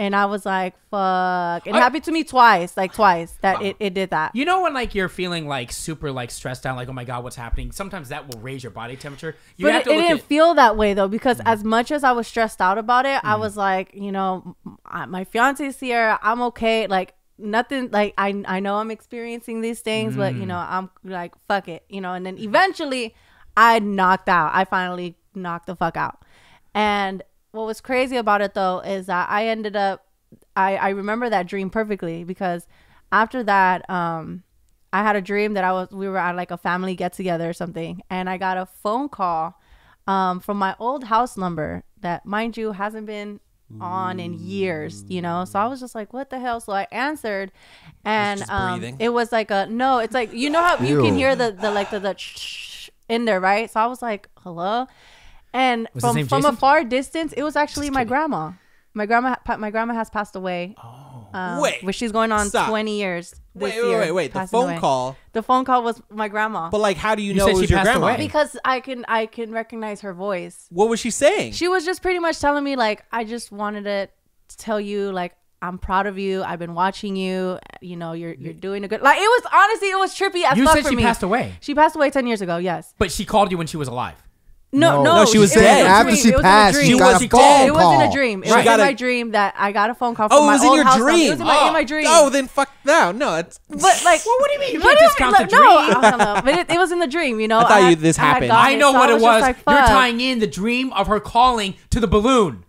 S3: and I was like, fuck. It
S1: I-
S3: happened to me twice, like twice that it, it did that.
S1: You know when like you're feeling like super like stressed out, like oh my god, what's happening? Sometimes that will raise your body temperature. You
S3: but
S1: have
S3: it,
S1: to
S3: it
S1: look
S3: didn't
S1: at. Mm-hmm.
S3: feel that way though because as much as i was stressed out about it i was like you know m- I- my fiance's here i'm okay like nothing like i i know i'm experiencing these things but
S1: Mm.
S3: you know i'm like fuck it you know and then eventually i knocked out i finally knocked the fuck out and what was crazy about it though is that i ended up i i remember that dream perfectly because after that um I had a dream that I was we were at like a family get together or something, and I got a phone call um, from my old house number that, mind you, hasn't been on in years. You know, so I was just like, "What the hell?" So I answered, and
S2: just breathing?
S3: um, it was like a no. It's like you know how you can
S4: Ew.
S3: hear the the like the, the sh- in there, right? So I was like, "Hello," and
S1: Was his
S3: from
S1: name
S3: from a
S1: Jason?
S3: far distance, it was actually my grandma. My grandma, pa- my grandma has passed away. Oh,
S2: Wait.
S3: but she's going on
S2: Stop.
S3: twenty years. This
S2: Wait, wait,
S3: year,
S2: wait, wait. The
S3: passing
S2: phone
S3: away.
S2: call.
S3: The phone call was my grandma.
S2: But like, how do you,
S1: You
S2: know
S1: said
S2: it
S1: she
S2: was your
S1: passed
S2: grandma?
S1: away.
S3: because I can I can recognize her voice.
S2: What was she saying?
S3: She was just pretty much telling me like I just wanted to tell you like I'm proud of you. I've been watching you. You know you're you're doing a good like it was honestly it was trippy as
S1: You
S3: fuck
S1: said
S3: for
S1: she
S3: me.
S1: passed away.
S3: She passed away 10 years ago. Yes.
S1: But she called you when she was alive.
S3: No, no,
S2: No, she was
S3: it in
S2: dead.
S3: a
S4: After
S3: dream.
S4: she
S3: It was in a
S4: passed,
S3: dream.
S4: she got a
S2: She
S4: phone
S3: It
S4: call.
S3: was in a dream. It
S2: She
S3: was
S2: got
S3: in
S2: a-
S3: my dream that I got a phone call from
S2: oh, it
S3: my
S2: was in
S3: old
S2: your
S3: house.
S2: dream.
S3: It was in my, in my dream.
S2: Oh, then fuck no, no.
S3: [LAUGHS]
S2: It's,
S3: But like, well, what do you [LAUGHS] mean?
S1: You can't discount the
S3: [LAUGHS] No,
S1: dream.
S3: I don't know. But it, it was in the dream, you know.
S2: I thought
S3: had-
S2: you- this
S3: I had
S2: happened.
S3: gotten
S1: I know
S3: so
S1: what it
S3: just
S1: was.
S3: like,
S1: You're
S3: fuck.
S1: tying in the dream of her calling to the balloon.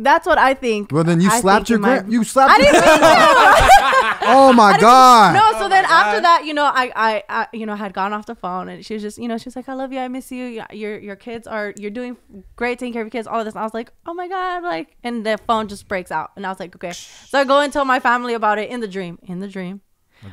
S3: That's what I think.
S4: Well, then you
S3: I
S4: slapped
S3: think
S4: your
S3: in my- [LAUGHS]
S4: gran- you slapped
S3: I
S4: your-
S3: didn't mean
S4: [LAUGHS]
S3: to.
S4: Oh my god.
S3: No, so then after that, you know, I, I, I, you know, had gone off the phone, and she was just, you know, she was like, "I love you, I miss you. Your, your kids are, you're doing great, taking care of your kids, all of this." And I was like, "Oh my god!" Like, and the phone just breaks out, and I was like, "Okay." So I go and tell my family about it in the dream, in the dream,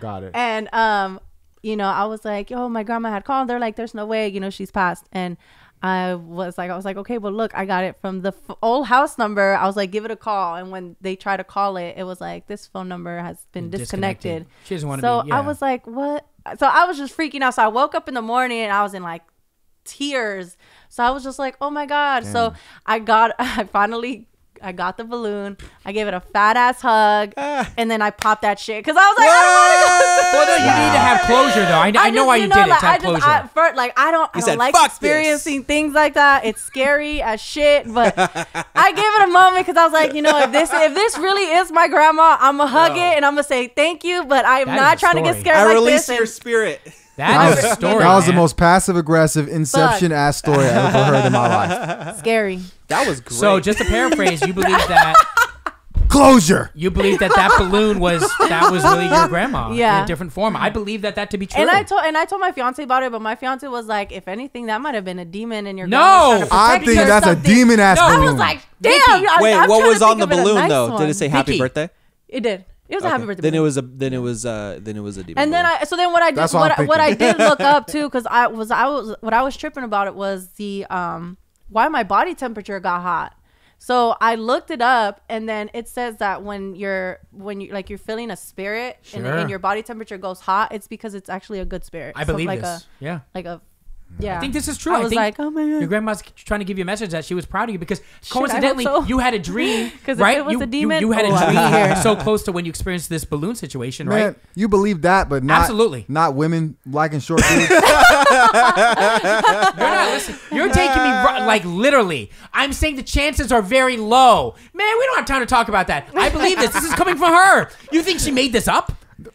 S4: Got it.
S3: and um, you know, I was like, "Yo, my grandma had called." They're like, "There's no way, you know, she's passed." And I was like, I was like, "Okay, well, look, I got it from the f- old house number." I was like, "Give it a call." And when they try to call it, it was like, "This phone number has been
S1: Disconnected.
S3: disconnected."
S1: She doesn't wanna
S3: So
S1: be- yeah.
S3: I was like, "What?" So I was just freaking out. So I woke up in the morning and I was in like tears. So I was just like, "Oh my god!" So I got, [LAUGHS] I finally. I got the balloon. I gave it a fat ass hug,
S1: Ah.
S3: and then I popped that shit because I was [LAUGHS] like, I don't want to go
S1: Well, no, you need to have closure, though. I, I, know
S3: just-
S1: why you, did it.
S3: like,
S1: To have
S3: I
S1: closure.
S3: just, I, for, like I don't, I don't
S2: said,
S3: like
S2: "Fuck this."
S3: experiencing things like that. It's scary as shit.
S2: [LAUGHS]
S3: But I gave it a moment because I was like, you know, if this if this really is my grandma, I'm gonna hug it and I'm gonna say thank you. But I'm
S1: That
S3: not
S1: is a
S3: trying to get
S1: story.
S3: scared
S2: I
S3: like
S2: released
S3: this.
S2: your
S3: And,
S2: spirit.
S1: that is a story.
S4: That was the
S1: man.
S4: most passive aggressive inception ass story I ever heard in
S1: [LAUGHS]
S4: my life.
S3: scary.
S2: That [LAUGHS] was great.
S1: So, just to paraphrase, you believe
S3: [LAUGHS]
S1: that
S4: Closure.
S1: you believe that that balloon was that was really your grandma in
S3: [LAUGHS] Yeah.
S1: a different form. I believe that that to be true.
S3: And I told and I told my fiance about it, but my fiance was like, if anything, that might have been a demon in your
S1: No!
S3: grandma trying to
S4: I
S3: protect you
S4: think
S3: or
S4: that's a
S3: something.
S4: demon ass
S1: No, I
S3: I
S4: balloon.
S3: was like, damn. I,
S2: wait,
S3: I'm
S2: what
S3: trying to
S2: was on
S3: think
S2: the
S3: of it a
S2: balloon
S3: nice
S2: though?
S3: one.
S2: Did it say happy
S1: Vicky.
S2: birthday?
S3: It did. It was a
S2: Okay.
S3: happy birthday.
S2: Then it
S3: balloon.
S2: was a then it was uh then it was a demon.
S3: And then
S2: balloon.
S3: I so then what I did
S4: That's what
S3: what,
S4: I'm
S3: I- what I
S4: thinking.
S3: did look
S4: [LAUGHS]
S3: up too because I was I was what I was tripping about it was the um why my body temperature got hot. So I looked it up and then it says that when you're when you like you're feeling a spirit and,
S1: Sure.
S3: and your body temperature goes hot, it's because it's actually a good spirit.
S1: I
S3: So
S1: believe
S3: like
S1: this.
S3: a
S1: yeah.
S3: like a
S4: Mm.
S3: yeah.
S1: I think this is true.
S3: I was
S1: think
S3: like, oh my God.
S1: your grandma's trying to give you a message that she was proud of you because
S3: I hope
S1: coincidentally
S3: so.
S1: you had a dream,
S3: [LAUGHS] 'Cause if
S1: right?
S3: it was
S1: you,
S3: a
S1: you-
S3: demon,
S1: you, had
S3: oh, I'd be [LAUGHS]
S1: a
S3: here.
S1: dream so close to when you experienced this balloon situation,
S4: Man,
S1: right?
S4: you believe that, but not
S1: Absolutely.
S4: not women
S1: [LAUGHS]
S4: liking short dudes.
S1: You're not listening. You're taking me ri- like literally. I'm saying the chances are very low. Man, we don't have time to talk about that. I believe this. This is coming from her. You think she made this up?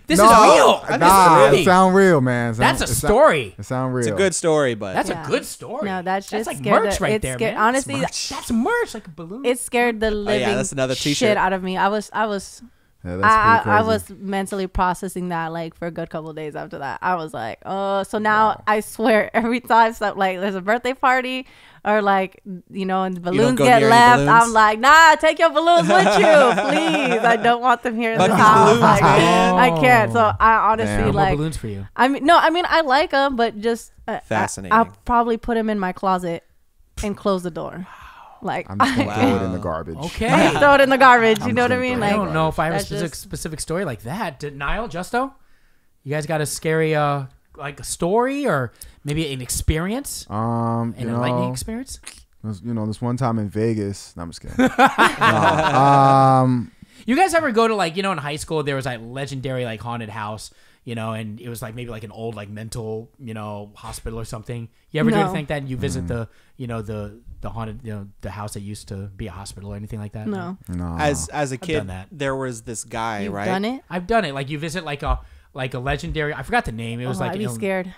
S1: This
S4: no,
S1: is real. This is
S4: Nah,
S1: real.
S4: it sound real, man. It sound-
S1: That's a
S4: it sound-
S1: story.
S4: It sound real.
S2: it's a good story, but
S1: That's
S3: Yeah.
S1: a good story.
S3: No, that's just
S1: like
S3: scared
S1: merch
S3: the-
S1: right
S3: it's
S1: there,
S3: scared-
S1: man.
S3: honestly,
S1: That's merch. that's merch, like a balloon.
S3: it scared the living
S2: Oh, that's another t-shirt.
S3: shit out of me. I was I was
S4: Yeah, that's
S3: I,
S4: pretty
S3: I, I
S4: crazy.
S3: was mentally processing that like for a good couple of days after that. I was like, oh, so now I swear [LAUGHS] every time some, like there's a birthday party or like you know and balloons
S2: go
S3: get
S2: near any
S3: left,
S2: balloons?
S3: I'm like, nah, take your balloons with you, please. I don't want them here in the
S2: Fuck these
S3: house.
S2: balloons,
S3: Like,
S1: man.
S3: I can't. So I honestly
S4: Damn. No
S1: no
S3: like.
S1: more balloons for you.
S3: I mean, no, I mean I like them, but just uh, I-
S2: Fascinating.
S3: I'll probably put them in my closet and close the door. Like [LAUGHS]
S4: I'm just gonna throw it in the garbage.
S1: Okay.
S3: throw it in the garbage. You know what I
S4: just
S3: mean?
S4: gonna
S1: I
S3: Like,
S4: throw it
S1: don't know if I have a
S3: That's
S1: specific,
S3: just-
S1: specific story like that. Did Niall, Justo, you guys got a scary uh like a story or maybe an experience,
S4: Um,
S1: an
S4: you
S1: enlightening
S4: know,
S1: experience?
S4: this- you know, this one time in Vegas. No,
S1: [LAUGHS]
S4: I'm just kidding. No, um,
S1: You guys ever go to like you know in high school there was like legendary like haunted house you know and it was like maybe like an old like mental you know hospital or something. You ever do
S3: No.
S1: anything like that? And you visit the you know the the haunted you know the house that used to be a hospital or anything like that?
S3: no,
S4: no.
S2: as as a
S1: done
S2: kid
S1: that.
S2: there was this guy,
S3: you've
S2: right?
S3: done it.
S1: I've done it. Like you visit like a like a legendary. I forgot the name. It was
S3: Oh,
S1: like
S3: I'd
S1: you
S3: be
S1: know-
S3: scared.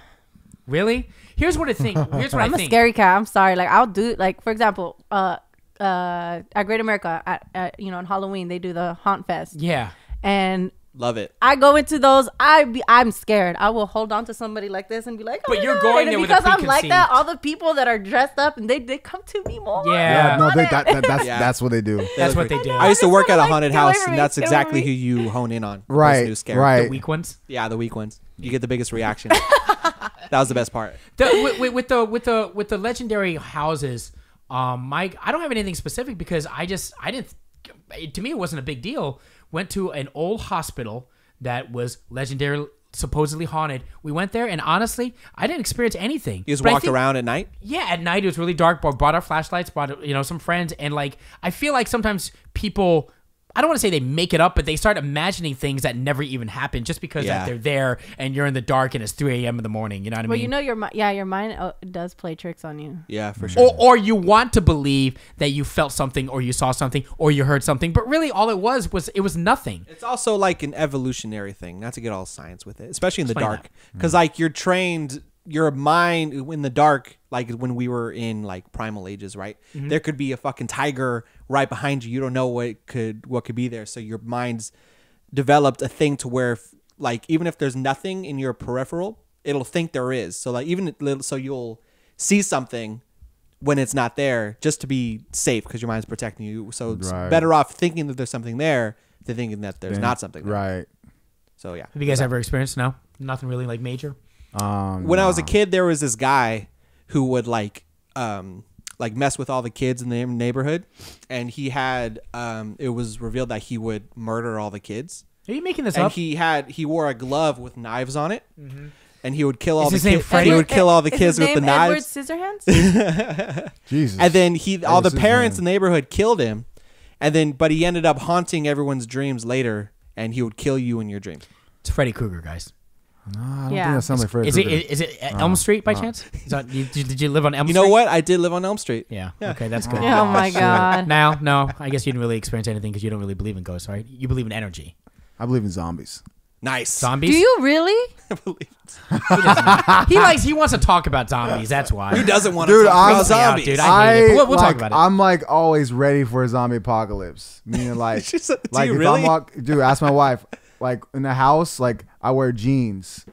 S1: Really? Here's what I think. Here's what i
S3: [LAUGHS] I'm a
S1: think.
S3: scary cat. I'm sorry. Like I'll do like for example, uh, uh, at Great America, at, at you know on Halloween they do the haunt fest,
S1: yeah.
S3: and
S2: Love it.
S3: I go into those. I be, I'm scared. I will hold on to somebody like this and be like, oh
S1: But
S3: my
S1: you're
S3: God.
S1: going
S3: And
S1: there with a
S3: because I'm like that.
S1: preconceived-
S3: All the people that are dressed up and they they come to me more.
S1: Yeah.
S4: no,
S3: I
S4: they,
S3: want
S4: that,
S3: it.
S4: that, that's
S2: Yeah.
S4: that's what they do.
S1: That's what they do.
S2: I used to
S3: I
S2: work
S3: just
S2: at a
S3: like,
S2: haunted
S3: get
S2: house,
S3: over
S2: and
S3: me,
S2: that's
S3: get over
S2: exactly
S3: me.
S2: who you hone in on. those
S4: Right,
S2: new scare.
S4: right.
S1: the weak ones.
S2: Yeah, the weak ones. You get the biggest
S3: [LAUGHS]
S2: reaction. that was the best part.
S1: The, with, with, with the with the with the legendary houses, um, Mike, I don't have anything specific because I just I didn't. It, to me, it wasn't a big deal. Went to an old hospital that was legendary, supposedly haunted. We went there, and honestly, I didn't experience anything.
S2: You just
S1: But I
S2: walked
S1: think-
S2: around at night.
S1: yeah, at night it was really dark. But brought our flashlights, brought you know some friends, and like I feel like sometimes people, I don't want to say they make it up, but they start imagining things that never even happened just because
S2: Yeah.
S1: that they're there and you're in the dark and it's 3 a.m. in the morning. You know what I
S3: Well,
S1: mean?
S3: you know your mi- yeah your mind uh, does play tricks on you.
S2: Yeah, for sure.
S1: or, or you want to believe that you felt something or you saw something or you heard something, but really all it was was it was nothing.
S2: It's also like an evolutionary thing, not to get all science with it, especially in the
S1: Explain
S2: dark. Because, like, you're trained, your mind in the dark, like when we were in like primal ages, right? There could be a fucking tiger right behind you. You don't know what could what could be there. So your mind's developed a thing to where, if, like, even if there's nothing in your peripheral, it'll think there is. So like, even little, so you'll see something when it's not there just to be safe because your mind's protecting you. So it's
S4: Right.
S2: better off thinking that there's something there than thinking that there's not something. There.
S4: Right.
S2: So yeah.
S1: Have you guys ever experienced? No, nothing really like major.
S4: Um,
S2: When I was a kid, there was this guy who would like, um, like mess with all the kids in the neighborhood, and he had, um, it was revealed that he would murder all the kids,
S1: Are you making this
S2: and
S1: up?
S2: he had he wore a glove with knives on it, and he would kill all
S1: Is
S2: the
S1: his name
S2: kids.
S1: Freddy?
S2: He would kill all the
S3: Is
S2: kids
S3: his
S2: with the
S3: name Edward
S2: knives.
S3: Scissorhands.
S4: Jesus.
S2: And then he, all the
S4: was his
S2: parents in
S4: name.
S2: the neighborhood killed him, and then but he ended up haunting everyone's dreams later, and he would kill you in your dream.
S1: it's Freddy Krueger, guys.
S4: I don't
S3: Yeah.
S4: think that sounds like Freddy
S1: Is it
S4: Krueger.
S1: is it Elm Street by chance? Is that, you- did, did Uh-huh. you live on Elm?
S2: You
S1: Street?
S2: know what? I did live on Elm Street.
S1: Yeah. Okay,
S3: [LAUGHS]
S1: that's good.
S3: oh my god.
S1: Now, no, I guess you didn't really experience anything because you don't really believe in ghosts, right? You believe in energy,
S4: I believe in zombies.
S2: Nice.
S1: zombies.
S3: Do you really?
S1: He likes. [LAUGHS] He wants to talk about zombies. That's why.
S2: Who doesn't want
S4: Dude,
S2: to talk
S4: I'm-
S2: about
S1: Yeah,
S2: zombies?
S1: dude, I- hate
S4: I
S1: it, but we'll- we'll talk
S4: like,
S1: about it.
S4: I'm like always ready for a zombie apocalypse. Meaning like,
S2: She's like, "Do
S4: like
S2: you
S4: if
S2: really?"
S4: I'm walk, dude, ask my wife. Like in the house, like I wear jeans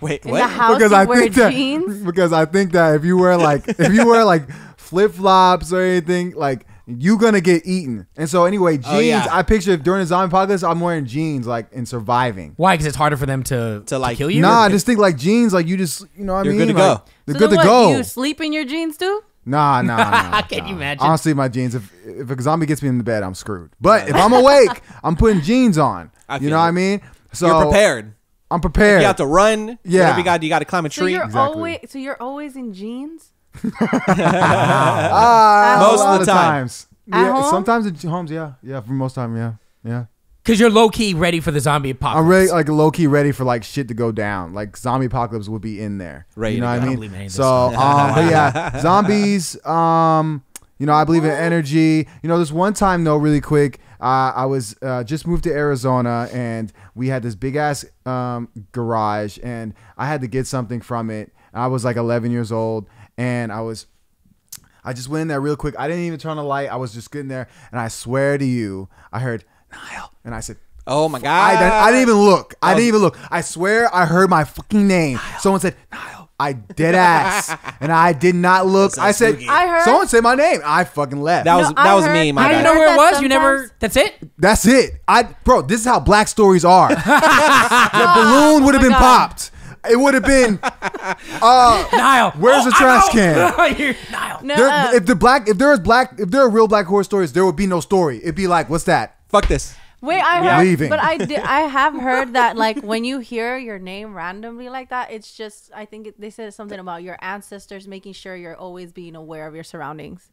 S2: Wait,
S3: In the
S2: what?
S3: house
S4: because
S3: you
S4: I
S3: wear
S4: think that
S3: jeans.
S4: [LAUGHS] because I think that if you wear like if you wear like flip flops or anything like you gonna get eaten. And so anyway, jeans.
S2: Oh, yeah.
S4: I picture during the zombie apocalypse, I'm wearing jeans like and surviving.
S1: Why? Because it's harder for them to
S2: To, like-
S1: kill you.
S4: Nah, I just think like jeans, like you just you know what I
S2: You're
S4: mean.
S2: good to
S4: Like,
S2: go.
S4: They're
S3: So
S4: good
S3: then what,
S4: to go.
S3: You sleep in your jeans too?
S4: Nah,
S1: [LAUGHS]
S4: nah, nah.
S1: Can
S4: nah.
S1: you imagine?
S4: Honestly, my jeans. If, if a zombie gets me in the bed, I'm screwed. But if I'm awake, I'm putting jeans on.
S2: [LAUGHS] I
S4: you
S2: feel
S4: know what
S2: it.
S4: I mean? So
S2: You're prepared.
S4: I'm prepared.
S2: You have to run.
S4: Yeah.
S2: Whatever you got, you got to climb a
S3: So
S2: tree.
S3: you're
S4: Exactly.
S3: always so you're always in jeans.
S4: Ah,
S2: Most
S4: a
S2: of
S4: lot
S2: the
S4: of
S2: time.
S4: times.
S3: At
S4: yeah,
S3: home?
S4: sometimes at homes. Yeah, yeah. For most time, yeah, yeah.
S1: Because you're low key ready for the zombie apocalypse.
S4: I'm really like low key ready uh, for like shit to go down. Like zombie apocalypse would be in there.
S2: Ready
S4: You know
S2: to
S4: what
S1: I
S2: go.
S4: I
S1: don't
S4: mean?
S1: believe any of this.
S4: so, um, but
S2: [LAUGHS]
S4: yeah, zombies. Um, you know, I believe in energy. You know, this one time though, really quick, uh, I was uh, just moved to Arizona and we had this big ass um, garage, and I had to get something from it. I was like 11 years old, and I was I just went in there real quick. I didn't even turn on the light. I was just getting there, and I swear to you, I heard Niall, and I said,
S2: oh my
S4: I,
S2: god.
S4: didn't- I didn't even look. I didn't even look. I swear I heard my fucking name. Someone said, Niall. I
S2: [LAUGHS]
S4: dead ass. and I did not look. I said,
S2: spooky.
S3: I heard-
S4: Someone said my name. I fucking left.
S2: That was
S3: No, I
S2: that was
S3: heard-
S2: me. My
S3: I
S1: I
S2: bad.
S1: didn't know
S3: heard
S1: where it
S3: that
S1: was. You never. That's it.
S3: [LAUGHS]
S4: That's it. I Bro, this is how black
S2: [LAUGHS]
S4: stories are. the balloon would have been
S3: Oh God.
S4: popped. It would
S3: [LAUGHS]
S4: have been. Uh,
S1: Niall,
S4: Where's the
S1: Oh, I [LAUGHS]
S4: trash
S1: know. You're- Niall.
S3: No,
S4: there-
S3: uh,
S4: if the black, if there is black, if there are real black horror stories, there would be no story. It'd be like, what's that?
S2: Fuck this.
S3: Wait, I
S4: Yeah.
S3: heard,
S4: Leaving.
S3: but I did, I have heard that like when you hear your name randomly like that, it's just I think it, they said something about your ancestors making sure you're always being aware of your surroundings.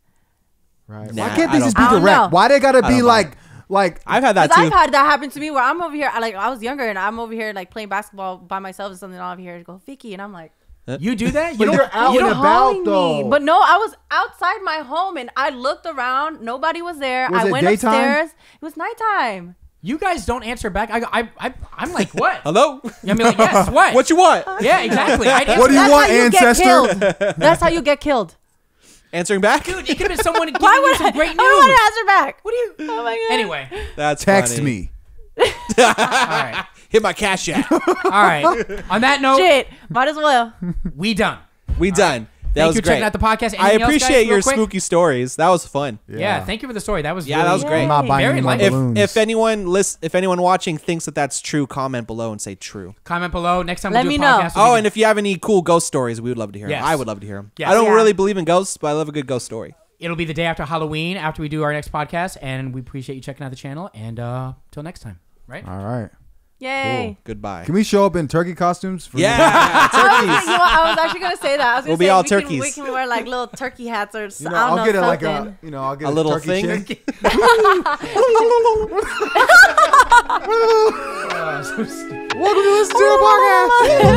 S4: Right.
S2: Nah,
S4: Why can't
S2: I
S4: they just be
S2: don't-
S3: I don't
S4: direct?
S3: know.
S4: Why they gotta
S2: don't
S4: be
S2: buy
S4: like, like?
S2: I've had that
S3: Because
S2: too.
S3: I've had that happen to me where I'm over here, I, like I was younger and I'm over here like playing basketball by myself and something. and I'm over here to go Vicky, and I'm like,
S1: You do that? You
S4: But
S1: don't.
S4: you're out
S1: you
S4: and
S1: don't.
S4: about.
S3: calling me.
S4: though.
S3: But no, I was outside my home and I looked around. Nobody was there.
S4: Was
S3: I
S4: it
S3: went
S4: daytime?
S3: upstairs. It was nighttime.
S1: You guys don't answer back. I. I. I I'm
S4: [LAUGHS]
S1: like what?
S2: Hello. [LAUGHS]
S1: I mean, like yes. What?
S2: what you want?
S4: [LAUGHS]
S1: Yeah. Exactly. I
S4: What do you
S3: That's
S4: want,
S3: how you
S4: ancestor? [LAUGHS]
S3: get killed. That's how you get killed.
S2: Answering back?
S1: [LAUGHS] Dude, it could have been someone giving
S3: Why
S1: you
S3: would
S1: some
S3: I, [LAUGHS]
S1: great news.
S3: I want to answer back.
S1: what do you?
S3: Oh my god.
S1: Anyway,
S2: That's
S4: Text
S2: funny.
S4: me.
S1: all right,
S2: Hit my cash app.
S4: [LAUGHS]
S1: all right.
S3: [LAUGHS]
S1: On that note,
S3: Shit. Might as well.
S1: we done.
S2: We done. That
S1: Thank
S2: was
S1: you for
S2: great.
S1: checking out the podcast.
S2: I
S1: Anything else, guys,
S2: appreciate
S1: real
S2: your
S1: quick?
S2: spooky stories. That was fun.
S1: Yeah. thank you for the story. That was
S2: Yeah, that
S1: really-
S2: was great.
S4: I'm not buying
S1: Very
S4: any more
S1: light. If-
S4: balloons.
S2: If anyone list, if anyone watching thinks that that's true, comment below and say true.
S1: Comment below. Next time
S3: Let
S1: we
S3: me
S1: do a
S3: know.
S1: podcast.
S2: Oh, and if you have any cool ghost stories, we would love to hear
S1: Yes.
S2: them. I would love to hear them.
S1: Yes.
S2: I don't
S3: Yeah.
S2: really believe in ghosts, but I love a good ghost story.
S1: it'll be the day after Halloween after we do our next podcast, and we appreciate you checking out the channel. And uh till next time, right?
S4: All right.
S3: Yay.
S2: Goodbye.
S4: Can we show up in turkey costumes? For
S2: yeah, [LAUGHS]
S3: I was,
S2: turkeys.
S3: you know, I was actually gonna say that. I was gonna
S2: We'll be
S3: say
S2: all
S3: we Can, we
S2: turkeys.
S3: can wear like little turkey hats or something.
S4: You know,
S3: I
S4: I'll
S3: don't know,
S4: get it like
S3: something.
S4: a, you know, I'll get
S2: A
S4: a,
S2: little
S4: turkey
S2: thing.
S4: Chin.
S1: Uh, so-
S4: Welcome to Listen to the Podcast.